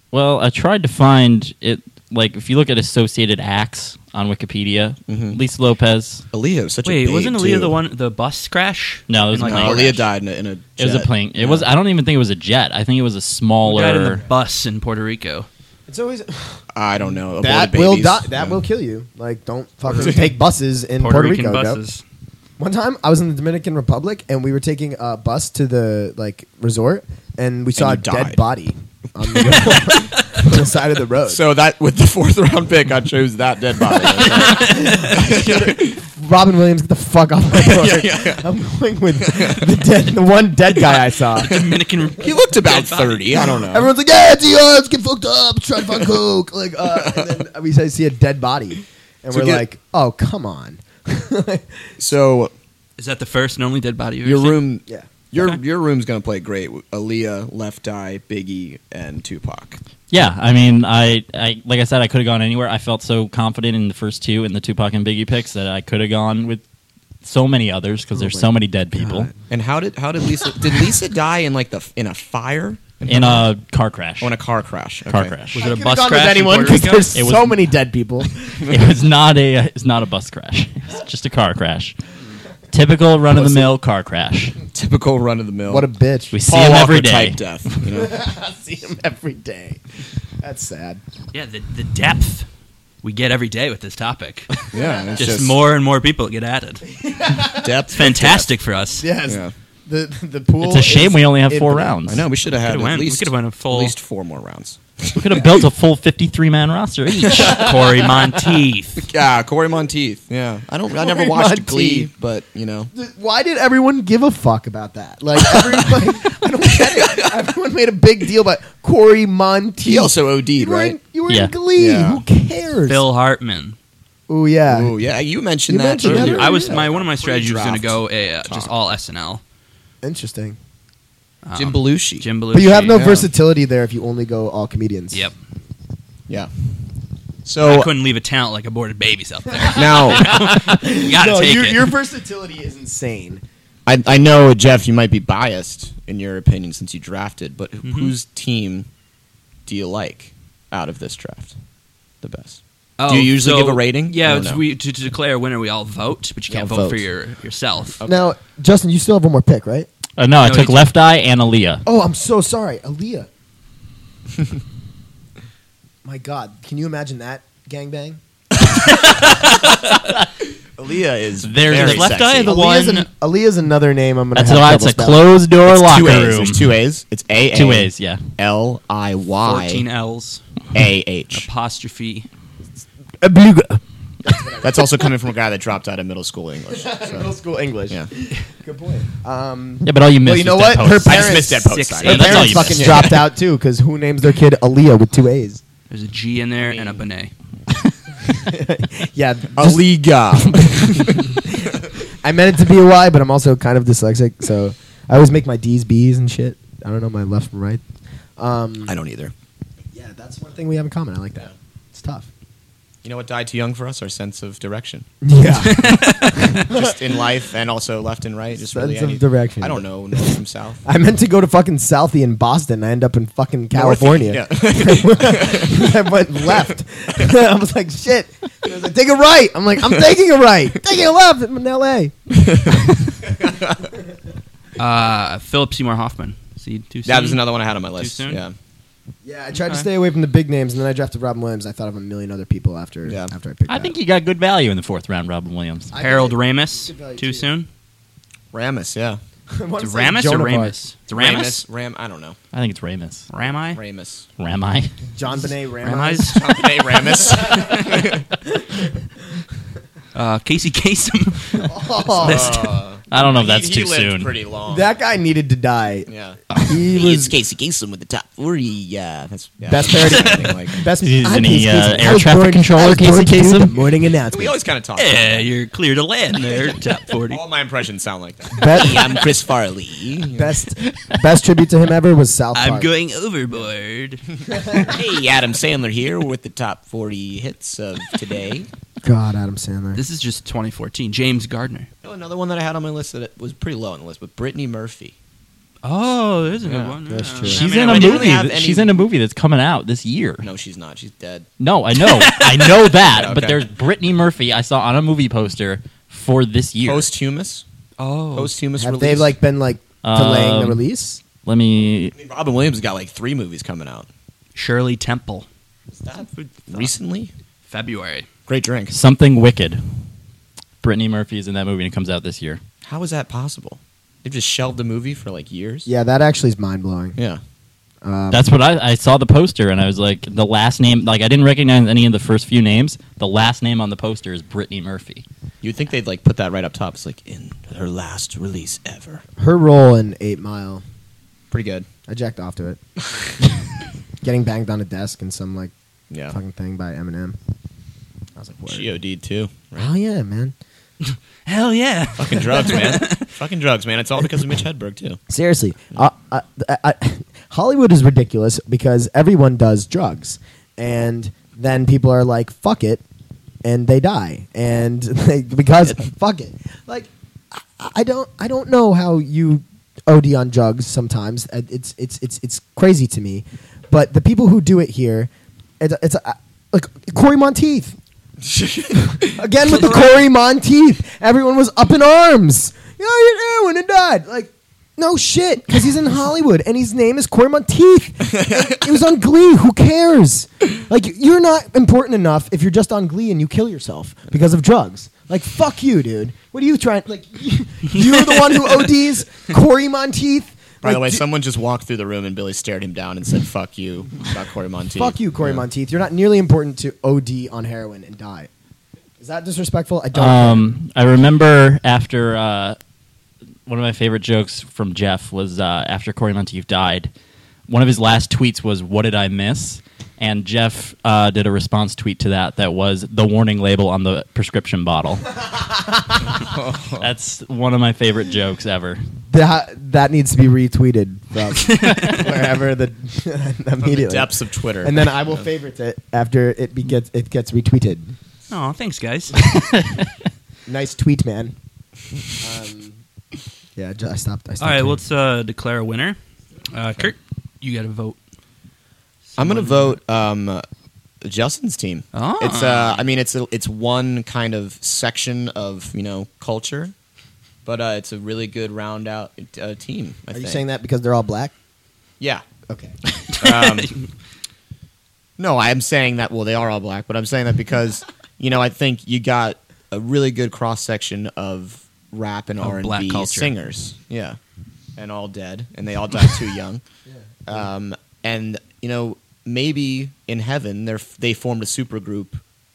Speaker 3: Well, I tried to find it. Like, if you look at associated acts on Wikipedia,
Speaker 2: Mhm.
Speaker 3: Lisa Lopez.
Speaker 2: Aaliyah was such a
Speaker 1: Wait,
Speaker 2: babe,
Speaker 1: wasn't Aaliyah
Speaker 2: too.
Speaker 1: the one the bus crash?
Speaker 3: No, it was
Speaker 1: In,
Speaker 2: No,
Speaker 3: Plane
Speaker 1: Orange.
Speaker 2: Aaliyah died in a, in a
Speaker 3: It was a
Speaker 2: jet.
Speaker 3: plane. It
Speaker 2: Yeah.
Speaker 3: was. I don't even think it was a jet. I think it was a
Speaker 1: Who
Speaker 3: smaller.
Speaker 1: died in the bus in Puerto Rico.
Speaker 4: It's always
Speaker 2: I don't know.
Speaker 4: that
Speaker 2: Aborted
Speaker 4: will
Speaker 2: babies.
Speaker 4: die. That
Speaker 2: Yeah.
Speaker 4: will kill you. Like, don't fucking take buses in Puerto,
Speaker 1: Puerto, Rican
Speaker 4: Rico. bro.
Speaker 1: buses.
Speaker 4: One time, I was in the Dominican Republic, and we were taking a bus to the like resort, and we saw
Speaker 2: you
Speaker 4: a dead
Speaker 2: died.
Speaker 4: body on the, [LAUGHS] road, on the side of the road.
Speaker 2: So that with the fourth [LAUGHS] round pick, I chose that dead
Speaker 3: [LAUGHS]
Speaker 2: body. [LAUGHS]
Speaker 4: Robin Williams, get the fuck off
Speaker 2: [LAUGHS]
Speaker 4: my board.
Speaker 2: Yeah, yeah, yeah.
Speaker 4: I'm going with the dead, the one dead guy
Speaker 2: [LAUGHS]
Speaker 4: I saw.
Speaker 1: Dominican.
Speaker 2: he looked about
Speaker 1: Dead body.
Speaker 2: thirty. I don't know.
Speaker 4: Everyone's like, "Yeah, it's ER, let's get fucked up, try to find coke." Like, uh, and
Speaker 2: [LAUGHS]
Speaker 4: then we see a dead body, and
Speaker 2: So
Speaker 4: we're [LAUGHS]
Speaker 2: get-
Speaker 4: like, "Oh, come on."
Speaker 2: So
Speaker 1: Is that the first and only dead body you've
Speaker 2: Your
Speaker 1: ever seen?
Speaker 2: room,
Speaker 4: Yeah.
Speaker 2: your
Speaker 1: Okay.
Speaker 2: your room's gonna play great. with Aaliyah, Left Eye, Biggie, and Tupac.
Speaker 3: Yeah, I mean, I, I like I said, I could have gone anywhere. I felt so confident in the first two and the Tupac and Biggie picks that I could have gone with so many others because there's so many dead people
Speaker 2: And how did how did Lisa did Lisa die in like the in a fire
Speaker 3: in a car crash.
Speaker 2: oh, in a car crash?
Speaker 3: car
Speaker 2: Okay.
Speaker 3: crash.
Speaker 1: Was it a
Speaker 4: Could've
Speaker 1: bus
Speaker 4: gone
Speaker 1: crash? in
Speaker 4: with anyone
Speaker 1: Puerto
Speaker 4: 'cause
Speaker 1: Rico?
Speaker 4: there's
Speaker 3: It was-
Speaker 4: so many dead people.
Speaker 3: it was not a it's not a bus crash. It's just a car crash. Typical run of the mill car crash.
Speaker 2: Typical run of the mill.
Speaker 4: What a bitch.
Speaker 3: We see him every day.
Speaker 2: type death. You know?
Speaker 4: [LAUGHS] see him every day. That's sad.
Speaker 1: Yeah, the, the depth we get every day with this topic.
Speaker 2: yeah, it's
Speaker 1: just, more and more people get added. It's
Speaker 2: depth. of
Speaker 1: fantastic for us.
Speaker 4: Yes.
Speaker 2: Yeah.
Speaker 4: The the pool.
Speaker 3: It's a shame
Speaker 4: is
Speaker 3: we only have four
Speaker 4: infinite.
Speaker 2: death.
Speaker 3: rounds.
Speaker 2: I know we should have had
Speaker 1: Could've
Speaker 2: at
Speaker 1: went- we
Speaker 2: least
Speaker 1: could've went a full-
Speaker 2: at least four more rounds.
Speaker 3: We could have built a full 53 man roster each. [LAUGHS]
Speaker 1: Corey
Speaker 2: [LAUGHS]
Speaker 1: Monteith.
Speaker 2: Yeah, Corey Monteith. Yeah, I don't. I never
Speaker 4: Corey
Speaker 2: watched
Speaker 4: Monteith.
Speaker 2: Glee, but you know,
Speaker 4: Why did everyone give a fuck about that? Like, every, like I don't
Speaker 2: [LAUGHS]
Speaker 4: get it. Everyone made a big deal about Corey Monteith.
Speaker 2: he also OD'd,
Speaker 4: you were,
Speaker 2: right?
Speaker 4: in, you were
Speaker 3: Yeah.
Speaker 4: in Glee.
Speaker 2: Yeah.
Speaker 4: Who cares?
Speaker 1: Bill Hartman.
Speaker 4: Oh yeah.
Speaker 2: Oh yeah, you mentioned
Speaker 4: You
Speaker 2: that
Speaker 4: mentioned that
Speaker 2: earlier.
Speaker 4: earlier.
Speaker 1: I was
Speaker 4: yeah.
Speaker 1: my one of my strategies was going to
Speaker 2: Pre-draft
Speaker 1: go a, uh, just
Speaker 2: talk.
Speaker 1: all SNL.
Speaker 4: Interesting.
Speaker 1: Um,
Speaker 2: Jim Belushi.
Speaker 1: Jim Belushi.
Speaker 4: But you have no
Speaker 2: yeah.
Speaker 4: versatility there if you only go all comedians.
Speaker 1: Yep.
Speaker 2: Yeah.
Speaker 1: I
Speaker 2: So
Speaker 1: couldn't leave a talent like aborted babies out there.
Speaker 2: now
Speaker 1: You gotta
Speaker 4: no,
Speaker 1: take
Speaker 4: your,
Speaker 1: it.
Speaker 4: your versatility is insane.
Speaker 2: I, I know Jeff, you might be biased in your opinion since you drafted, but
Speaker 3: Mm-hmm.
Speaker 2: whose team do you like out of this draft the best? [LAUGHS]
Speaker 3: Oh,
Speaker 2: Do you usually give a rating? I
Speaker 1: Oh, Yeah,
Speaker 2: don't
Speaker 1: it's,
Speaker 2: know.
Speaker 1: we, to, to declare a winner, we all vote, but you
Speaker 2: We
Speaker 1: can't
Speaker 2: all
Speaker 1: vote, for
Speaker 2: vote. Uh,
Speaker 1: your yourself.
Speaker 4: Now, Justin, you still have one more pick, right?
Speaker 3: Uh, no, I
Speaker 1: No,
Speaker 3: took
Speaker 1: you-
Speaker 3: Left Eye and Aaliyah.
Speaker 4: Oh, I'm so sorry, Aaliyah. [LAUGHS] My God, can you imagine that gangbang?
Speaker 2: Aaliyah is
Speaker 3: There's
Speaker 2: very
Speaker 3: the left
Speaker 2: sexy.
Speaker 3: eye and the
Speaker 4: Aaliyah's,
Speaker 3: one-
Speaker 4: an, Aaliyah's another name. I'm gonna.
Speaker 3: That's
Speaker 4: have
Speaker 3: why it's a
Speaker 4: trouble spelling.
Speaker 3: closed door
Speaker 2: It's
Speaker 3: locker
Speaker 2: two A's.
Speaker 3: room.
Speaker 2: There's two A's. It's A A
Speaker 3: Two A's, yeah.
Speaker 2: L I
Speaker 1: Fourteen
Speaker 2: Y
Speaker 1: L's
Speaker 2: A H.
Speaker 1: apostrophe.
Speaker 2: That's also coming from a guy that dropped out of middle school English.
Speaker 4: [LAUGHS] Middle
Speaker 2: So,
Speaker 4: school English.
Speaker 2: yeah.
Speaker 4: [LAUGHS] Good point. Um,
Speaker 3: Yeah, but all you missed
Speaker 4: well, you
Speaker 3: was
Speaker 4: know
Speaker 3: that
Speaker 4: what? Her
Speaker 3: post.
Speaker 2: I just
Speaker 4: parents,
Speaker 2: missed that post.
Speaker 1: six
Speaker 2: sorry.
Speaker 1: A's.
Speaker 4: her
Speaker 3: That's all
Speaker 4: parents
Speaker 3: you
Speaker 4: fucking
Speaker 3: missed.
Speaker 4: dropped out too because who names their kid Aaliyah with two A's?
Speaker 3: [LAUGHS]
Speaker 1: There's a G in there and a banana.
Speaker 4: Yeah,
Speaker 3: [LAUGHS]
Speaker 2: Aaliyah.
Speaker 4: I meant it to be a Y, but I'm also kind of dyslexic, so I always make my D's B's and shit. I don't know my left from right. Um,
Speaker 2: I don't either.
Speaker 4: yeah, that's one thing we have in common. I like that.
Speaker 3: [LAUGHS]
Speaker 4: It's tough.
Speaker 2: You know what died too young for us? Our sense of direction.
Speaker 4: Yeah.
Speaker 2: just [LAUGHS] in life and also left and right. Just
Speaker 4: Sense
Speaker 2: really
Speaker 4: of
Speaker 2: any-
Speaker 4: direction.
Speaker 2: I don't know north from south.
Speaker 4: I meant to go to fucking Southie in Boston. I end up in fucking California. I went left. I was like, shit. I was like, take a right. I'm like, I'm taking a right. Taking a left. I'm in LA.
Speaker 1: Uh, Philip Seymour Hoffman. See, too soon?
Speaker 2: [LAUGHS] that was another one I had on my list.
Speaker 1: soon?
Speaker 2: Yeah,
Speaker 4: Yeah, I tried to
Speaker 1: Okay.
Speaker 4: stay away from the big names, and then I drafted Robin Williams. I thought of a million other people after
Speaker 2: Yeah.
Speaker 4: after I picked.
Speaker 3: I
Speaker 4: that.
Speaker 3: think you got good value in the fourth round, Robin Williams.
Speaker 4: I
Speaker 1: Harold
Speaker 4: did.
Speaker 1: Ramis.
Speaker 4: Good value
Speaker 1: Too
Speaker 4: too.
Speaker 1: soon.
Speaker 2: Ramus. Yeah,
Speaker 4: I wanna
Speaker 1: It's
Speaker 4: say
Speaker 1: Ramis
Speaker 4: Joan
Speaker 1: or
Speaker 4: of Arc.
Speaker 1: Ramus? It's Ramus. Eh.
Speaker 2: Ram. I don't know.
Speaker 3: I think it's Ramus.
Speaker 1: Rami.
Speaker 2: Ramus.
Speaker 3: Rami.
Speaker 4: John Benet Ramis.
Speaker 1: Rami's. [LAUGHS]
Speaker 2: [LAUGHS] Hey, Ramus.
Speaker 1: Uh, Casey Kasem. [LAUGHS]
Speaker 4: Oh,
Speaker 3: I don't know if that's
Speaker 2: he,
Speaker 3: too
Speaker 2: he lived
Speaker 3: soon.
Speaker 2: Pretty long.
Speaker 4: that guy needed to die.
Speaker 2: yeah.
Speaker 4: He was
Speaker 2: Uh, Casey Kasem with the top forty. Yeah, that's yeah.
Speaker 4: Best
Speaker 2: [LAUGHS]
Speaker 4: parody.
Speaker 2: Something like-
Speaker 4: best.
Speaker 3: He's
Speaker 4: I'm
Speaker 3: an,
Speaker 4: Casey
Speaker 3: uh,
Speaker 4: Kasem. I
Speaker 3: air
Speaker 4: was
Speaker 3: traffic
Speaker 4: born-
Speaker 3: controller,
Speaker 4: I was born
Speaker 3: Casey Kasem.
Speaker 4: to do the Morning
Speaker 2: we
Speaker 4: announcement.
Speaker 2: always kind of talk.
Speaker 4: Eh.
Speaker 1: yeah, you're clear to land
Speaker 4: [LAUGHS]
Speaker 1: there. Top forty.
Speaker 2: All my impressions sound like that.
Speaker 4: Best,
Speaker 2: [LAUGHS] Hey, I'm Chris Farley.
Speaker 4: best, best tribute to him ever was South Park.
Speaker 1: I'm going overboard.
Speaker 2: hey, Adam Sandler here with the top forty hits of today.
Speaker 4: God, Adam Sandler.
Speaker 1: This is just 2014. James Gardner.
Speaker 2: Oh, another one that I had on my list that was pretty low on the list, but Brittany Murphy.
Speaker 1: Oh, there's a
Speaker 2: Yeah,
Speaker 1: good one.
Speaker 4: that's
Speaker 1: Yeah.
Speaker 4: true.
Speaker 3: She's
Speaker 2: I mean,
Speaker 3: in
Speaker 2: I
Speaker 3: a
Speaker 2: didn't
Speaker 3: movie.
Speaker 2: have
Speaker 3: That,
Speaker 2: any-
Speaker 3: She's in a movie that's coming out this year.
Speaker 2: No, she's not. She's dead.
Speaker 3: No, I
Speaker 2: [LAUGHS]
Speaker 3: know, I know that.
Speaker 2: Okay.
Speaker 3: But there's Brittany Murphy. I saw on a movie poster for this year.
Speaker 2: Posthumous.
Speaker 1: Oh,
Speaker 2: Posthumous.
Speaker 4: Have
Speaker 2: release.
Speaker 4: they like been like delaying the
Speaker 3: Um,
Speaker 4: release?
Speaker 3: Let me.
Speaker 2: I mean, Robin Williams got like three movies coming out.
Speaker 1: Shirley Temple.
Speaker 2: Is that recently?
Speaker 1: February.
Speaker 2: Great drink.
Speaker 3: Something Wicked. Brittany Murphy is in that movie and it comes out this year.
Speaker 2: How is that possible? They've just shelved the movie for like years.
Speaker 4: Yeah, that actually is mind blowing.
Speaker 2: Yeah.
Speaker 4: Um,
Speaker 3: That's what I, I saw the poster and I was like, the last name, like I didn't recognize any of the first few names. The last name on the poster is Brittany Murphy.
Speaker 2: You'd think they'd like put that right up top. It's like in her last release ever.
Speaker 4: her role in Eight Mile.
Speaker 2: Pretty [LAUGHS] good.
Speaker 4: I jacked off to it. Getting banged on a desk and some like
Speaker 2: Yeah.
Speaker 4: fucking thing by Eminem. I was like, what?
Speaker 2: She OD'd too.
Speaker 4: Oh yeah, man.
Speaker 1: Hell yeah.
Speaker 2: Fucking drugs, [LAUGHS] man. Fucking drugs, man. It's all because of Mitch Hedberg [LAUGHS] too.
Speaker 4: Seriously, uh, uh, I, I, Hollywood is ridiculous because everyone does drugs, and then people are like, "Fuck it," and they die, and [LAUGHS] they, because fuck it, like I, I don't, I don't know how you OD on drugs. Sometimes Uh, it's it's it's it's crazy to me, but the people who do it here, it's, it's uh, like Corey Monteith. Again with the Corey Monteith. Everyone was up in arms. You know, you know, and it died. Like, no shit, because he's in Hollywood and his name is Corey Monteith. it was on Glee. Who cares? Like, you're not important enough if you're just on Glee and you kill yourself because of drugs. Like, fuck you, dude. What are you trying? Like, [LAUGHS] you're the one who ODs Corey Monteith.
Speaker 2: By the
Speaker 4: Like,
Speaker 2: way,
Speaker 4: d-
Speaker 2: someone just walked through the room and Billy stared him down and said, "Fuck you," about Corey Monteith.
Speaker 4: fuck you, Corey Monteith. You're not nearly important to OD on heroin and die. Is that disrespectful? I don't.
Speaker 3: Um, I remember after uh, one of my favorite jokes from Jeff was uh, after Corey Monteith died. One of his last tweets was, "What did I miss?" And Jeff uh, did a response tweet to that that was the warning label on the prescription bottle. That's one of my favorite jokes ever.
Speaker 4: That that needs to be retweeted
Speaker 5: [LAUGHS]
Speaker 4: from wherever the [LAUGHS]
Speaker 2: From the
Speaker 4: immediately.
Speaker 2: depths of Twitter.
Speaker 4: and then I will favorite it after it be gets it gets retweeted.
Speaker 1: Oh, thanks, guys.
Speaker 4: Nice tweet, man. Um, yeah, I ju- I stopped. I stopped
Speaker 1: All right,
Speaker 4: tweeting.
Speaker 1: let's uh, declare a winner. Uh, Kurt, you got to vote.
Speaker 2: I'm gonna vote um, Justin's team.
Speaker 1: Ah.
Speaker 2: It's uh, I mean, it's a, it's one kind of section of you know culture, but uh, it's a really good round out uh, team. I
Speaker 4: Are you
Speaker 2: think.
Speaker 4: saying that because they're all black?
Speaker 2: Yeah.
Speaker 4: Okay.
Speaker 2: Um, no, I am saying that. Well, they are all black, but I'm saying
Speaker 1: [LAUGHS]
Speaker 2: that because you know I think you got a really good cross section of rap and
Speaker 1: Of
Speaker 2: R and
Speaker 1: black
Speaker 2: B
Speaker 1: culture.
Speaker 2: singers. Yeah, and all dead, and they all died
Speaker 1: [LAUGHS]
Speaker 2: too young. Um, and you know maybe in heaven they they formed a supergroup,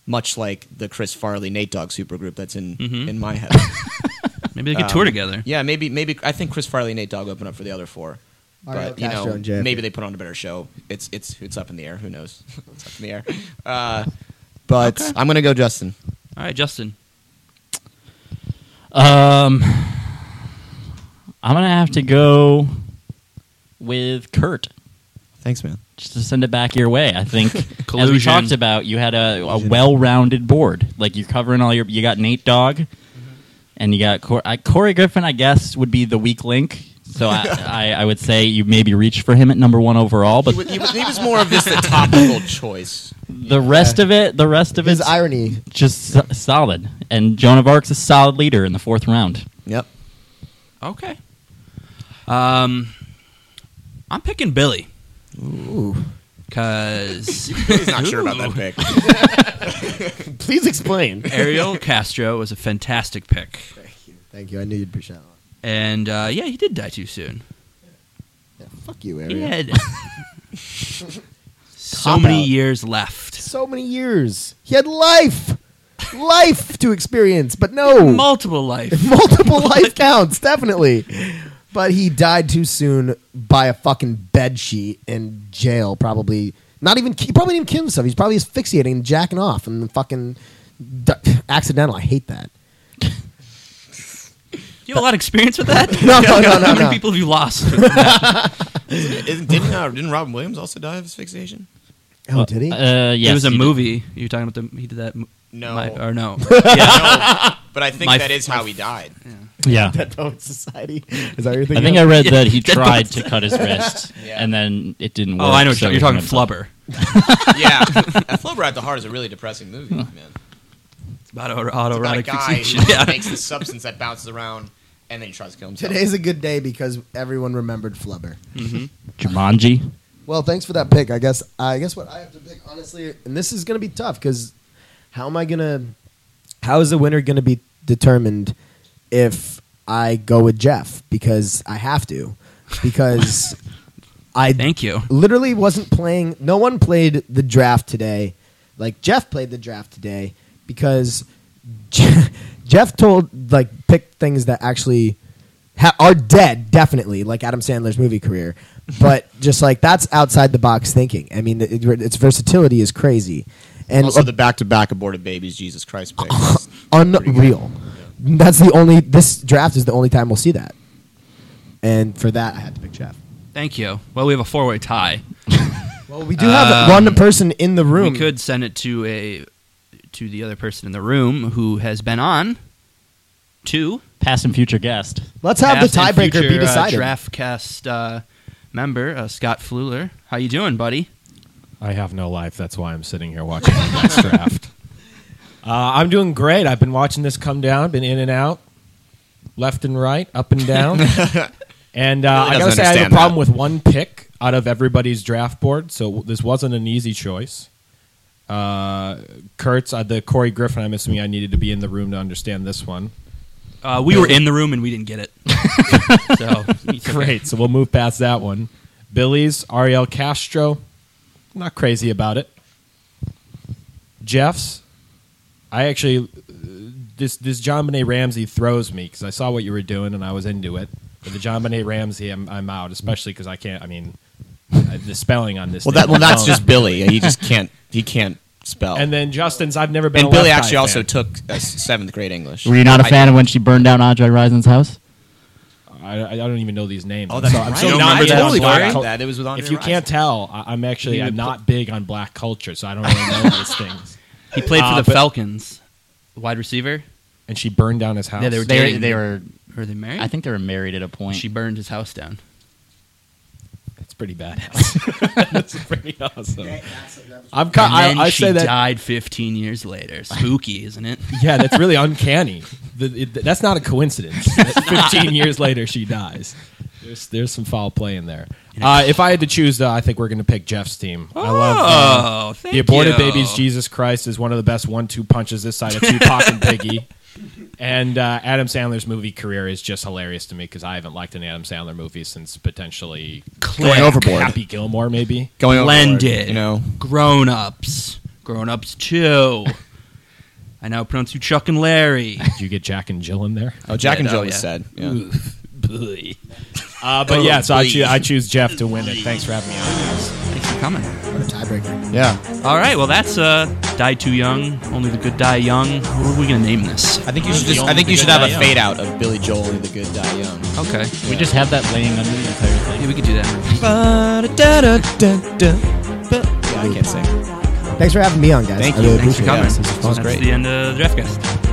Speaker 2: much like the Chris Farley Nate Dogg supergroup that's in
Speaker 1: Mhm.
Speaker 2: in my
Speaker 1: [LAUGHS]
Speaker 2: heaven.
Speaker 1: Maybe they could
Speaker 2: Um,
Speaker 1: tour together.
Speaker 2: Yeah, maybe maybe I think Chris Farley and Nate Dogg open up for the other four.
Speaker 4: Ariel
Speaker 2: But you
Speaker 4: Castro
Speaker 2: know,
Speaker 4: and JFK.
Speaker 2: maybe they put on a better show. It's it's it's up in the air. Who knows? [LAUGHS] it's up in the air. Uh, but I'm gonna go Justin.
Speaker 1: All right, Justin.
Speaker 3: Um, I'm gonna have to go with Kurt.
Speaker 2: Thanks, man.
Speaker 3: just to send it back your way. I
Speaker 4: [LAUGHS]
Speaker 3: think as we
Speaker 1: Collusion.
Speaker 3: talked about, you had a, a well-rounded board. Like you're covering all your. You got Nate Dogg,
Speaker 4: Mm-hmm.
Speaker 3: and you got Cor- I, Corey Griffin. I guess would be the weak link. So
Speaker 4: [LAUGHS]
Speaker 3: I, I, I would say you maybe reach for him at number one overall, but
Speaker 2: He, wa- he, wa- he was more of just a [LAUGHS] topical choice.
Speaker 3: the rest of it, the rest of
Speaker 4: His
Speaker 3: it's
Speaker 4: irony.
Speaker 3: just so- solid. And Joan of Arc's a solid leader in the fourth round.
Speaker 2: Yep.
Speaker 1: Okay. Um, I'm picking Billy
Speaker 4: Ooh.
Speaker 1: because
Speaker 2: [LAUGHS] He's not sure about that pick.
Speaker 5: Please explain.
Speaker 1: Ariel Castro was a fantastic pick,
Speaker 4: Thank you. Thank you. I knew you'd push that one.
Speaker 1: and uh, yeah, he did die too soon.
Speaker 4: Yeah, fuck you, Ariel.
Speaker 1: He had
Speaker 4: [LAUGHS]
Speaker 1: so many
Speaker 4: out.
Speaker 1: years left,
Speaker 4: So many years. He had life, life to experience, but no.
Speaker 1: multiple life.
Speaker 4: [LAUGHS] multiple life counts definitely but he died too soon by a fucking bed sheet in jail probably not even he probably didn't kill himself he's probably asphyxiating and jacking off and fucking d- accidental i hate that
Speaker 1: You have a lot of experience with that.
Speaker 4: [LAUGHS] No, no, no, no,
Speaker 1: How many
Speaker 4: no.
Speaker 1: people have you lost?
Speaker 2: [LAUGHS]
Speaker 4: [LAUGHS]
Speaker 2: Isn't- didn't uh, didn't Robin Williams also die of [LAUGHS] asphyxiation?
Speaker 4: oh did he [LAUGHS]
Speaker 3: Uh, yes,
Speaker 1: it was a
Speaker 3: he did.
Speaker 1: movie. You're talking about the he did that. m-
Speaker 2: No.
Speaker 1: my- or
Speaker 4: [LAUGHS]
Speaker 1: no.
Speaker 2: But I think
Speaker 1: My-
Speaker 2: that is how he died.
Speaker 1: [LAUGHS]
Speaker 3: Yeah,
Speaker 4: Dead Poets Society. Is that what you're
Speaker 3: I
Speaker 4: thinking?
Speaker 3: think I
Speaker 4: of?
Speaker 3: read that he
Speaker 1: Dead
Speaker 3: tried to cut
Speaker 1: [LAUGHS]
Speaker 3: his wrist,
Speaker 2: Yeah.
Speaker 3: and then it didn't work.
Speaker 1: oh, I know. What
Speaker 3: so
Speaker 1: you're,
Speaker 3: he
Speaker 1: you're talking
Speaker 3: hung himself.
Speaker 1: Flubber.
Speaker 2: [LAUGHS] yeah. Flubber at the Heart is [LAUGHS] a really depressing movie, man.
Speaker 1: It's about auto- autoerotic
Speaker 2: About a guy
Speaker 1: fixation.
Speaker 2: [LAUGHS] who
Speaker 1: Yeah.
Speaker 2: makes this substance that bounces around and then he tries to kill himself.
Speaker 4: Today's a good day because everyone remembered Flubber.
Speaker 3: Jumanji.
Speaker 4: Well, thanks for that pick. I guess I guess what I have to pick honestly, and this is going to be tough because how am I going to how is the winner going to be determined if I go with Jeff because I have to because I
Speaker 1: Thank you.
Speaker 4: literally wasn't playing. No one played the draft today. Like Jeff played the draft today because [LAUGHS] Je- Jeff told like picked things that actually ha- are dead definitely, like Adam Sandler's movie career.
Speaker 1: [LAUGHS]
Speaker 4: But just like that's outside the box thinking. I mean, it, its versatility is crazy
Speaker 2: [LAUGHS]
Speaker 4: and
Speaker 2: also, the back-to-back aborted babies, Jesus Christ, pick.
Speaker 4: unreal. that's the only this draft is the only time we'll see that. And for that, I had to pick Jeff.
Speaker 1: Thank you. Well, we have a four-way tie.
Speaker 4: Well, we do have one person in the room.
Speaker 1: Um, We could send it to a to the other person in the room who has been on to
Speaker 3: Past and future guest.
Speaker 4: Let's have
Speaker 1: past
Speaker 4: the
Speaker 1: and
Speaker 4: tiebreaker
Speaker 1: future,
Speaker 4: be decided.
Speaker 1: Uh, Draftcast uh, member uh, Scott Fluler. How you doing, buddy?
Speaker 6: I have no life. That's why I'm sitting here watching the Mets
Speaker 2: [LAUGHS]
Speaker 6: draft. Uh, I'm doing great. I've been watching this come down, been in and out, left and right, up and
Speaker 2: [LAUGHS]
Speaker 6: down. and
Speaker 2: Really
Speaker 6: uh, I
Speaker 2: doesn't
Speaker 6: gotta say, I have
Speaker 2: understand
Speaker 6: a problem
Speaker 2: that.
Speaker 6: with one pick out of everybody's draft board. So this wasn't an easy choice. Uh, Kurtz, uh, the Corey Griffin. I'm assuming I needed to be in the room to understand this one.
Speaker 1: Uh, we were in the room and we didn't get it. so it's okay.
Speaker 6: Great. So we'll move past that one. Billy's Ariel Castro. Not crazy about it. Jeff's. I actually uh, this this John Benet Ramsey throws me because I saw what you were doing and I was into it. But the John Benet Ramsey, I'm, I'm out, especially because I can't. I mean, uh, the spelling on this.
Speaker 2: Well,
Speaker 6: thing
Speaker 2: that well, that's
Speaker 6: alone.
Speaker 2: just Billy. He just can't. He can't spell.
Speaker 6: And then Justin's. I've never been.
Speaker 2: And
Speaker 6: a
Speaker 2: Billy
Speaker 6: left-eye
Speaker 2: actually also
Speaker 6: fan.
Speaker 2: took uh, s- seventh grade English.
Speaker 3: Were you not a
Speaker 2: I-
Speaker 3: fan of when she burned down Andre Risen's house?
Speaker 6: I, I don't even know these names.
Speaker 2: Oh, that's
Speaker 6: so,
Speaker 2: right.
Speaker 6: I'm so
Speaker 2: You don't
Speaker 6: not
Speaker 2: remember that.
Speaker 6: big on
Speaker 2: Totally
Speaker 6: black
Speaker 2: forgot
Speaker 6: cul-
Speaker 2: that. It was with Andre
Speaker 6: If you
Speaker 2: Rison.
Speaker 6: can't tell, I, I'm actually
Speaker 1: You
Speaker 6: I'm
Speaker 1: would
Speaker 6: not big on black culture, so I don't really know these things.
Speaker 1: He played for the
Speaker 6: Uh, but-
Speaker 1: Falcons, wide receiver.
Speaker 6: And she burned down his house.
Speaker 1: Yeah, they were
Speaker 3: They
Speaker 1: dating.
Speaker 3: were, they were.
Speaker 1: Are they married?
Speaker 3: I think they were married at a point.
Speaker 1: she burned his house down.
Speaker 6: That's pretty badass. [LAUGHS] That's pretty awesome. I'm
Speaker 1: And
Speaker 6: kind.
Speaker 1: then
Speaker 6: Uh, I, I
Speaker 1: she
Speaker 6: say that.
Speaker 1: died 15 years later. Spooky, isn't it?
Speaker 6: Yeah, that's really uncanny. The, it, that's not
Speaker 1: [LAUGHS]
Speaker 6: a coincidence. That Fifteen years later, she dies. There's there's some foul play in there. Uh, if I had to choose, though, I think we're going to pick Jeff's team. I love. um,
Speaker 1: Oh, thank
Speaker 6: the aborted
Speaker 1: you.
Speaker 6: babies jesus christ is one of the best one-two punches this side of tupac and
Speaker 1: [LAUGHS]
Speaker 6: biggie and uh, adam sandler's movie career is just hilarious to me because i haven't liked an adam sandler movie since potentially
Speaker 2: Going overboard.
Speaker 6: happy gilmore maybe
Speaker 2: Going overboard,
Speaker 1: Blended.
Speaker 2: You know.
Speaker 1: Grown ups. Grown ups too. I now pronounce you Chuck and Larry.
Speaker 6: did you get jack and jill in there
Speaker 2: Oh, Jack and
Speaker 1: Yeah,
Speaker 2: Jill
Speaker 1: oh,
Speaker 2: was
Speaker 1: yeah.
Speaker 2: said. Yeah.
Speaker 6: uh, but yeah so I,
Speaker 2: please.
Speaker 6: choo- I choose jeff to win it thanks for having me on guys
Speaker 1: Thanks for coming.
Speaker 4: What a tiebreaker.
Speaker 2: yeah.
Speaker 1: All right, well, that's uh, Die Too Young. Only the Good Die Young. What are we going to name this?
Speaker 2: I think you should just. I think you should have a fade out of Billy Joel and the Good Die Young.
Speaker 1: Okay.
Speaker 3: we just have that laying under the entire thing.
Speaker 1: Yeah, we could do that.
Speaker 2: Yeah, I can't sing.
Speaker 4: Thanks for having me on, guys.
Speaker 2: Thank
Speaker 4: I
Speaker 2: you.
Speaker 4: really
Speaker 1: Thanks for
Speaker 4: appreciate
Speaker 1: coming.
Speaker 4: it. This was
Speaker 1: that's
Speaker 4: fun.
Speaker 1: the end of the draft cast.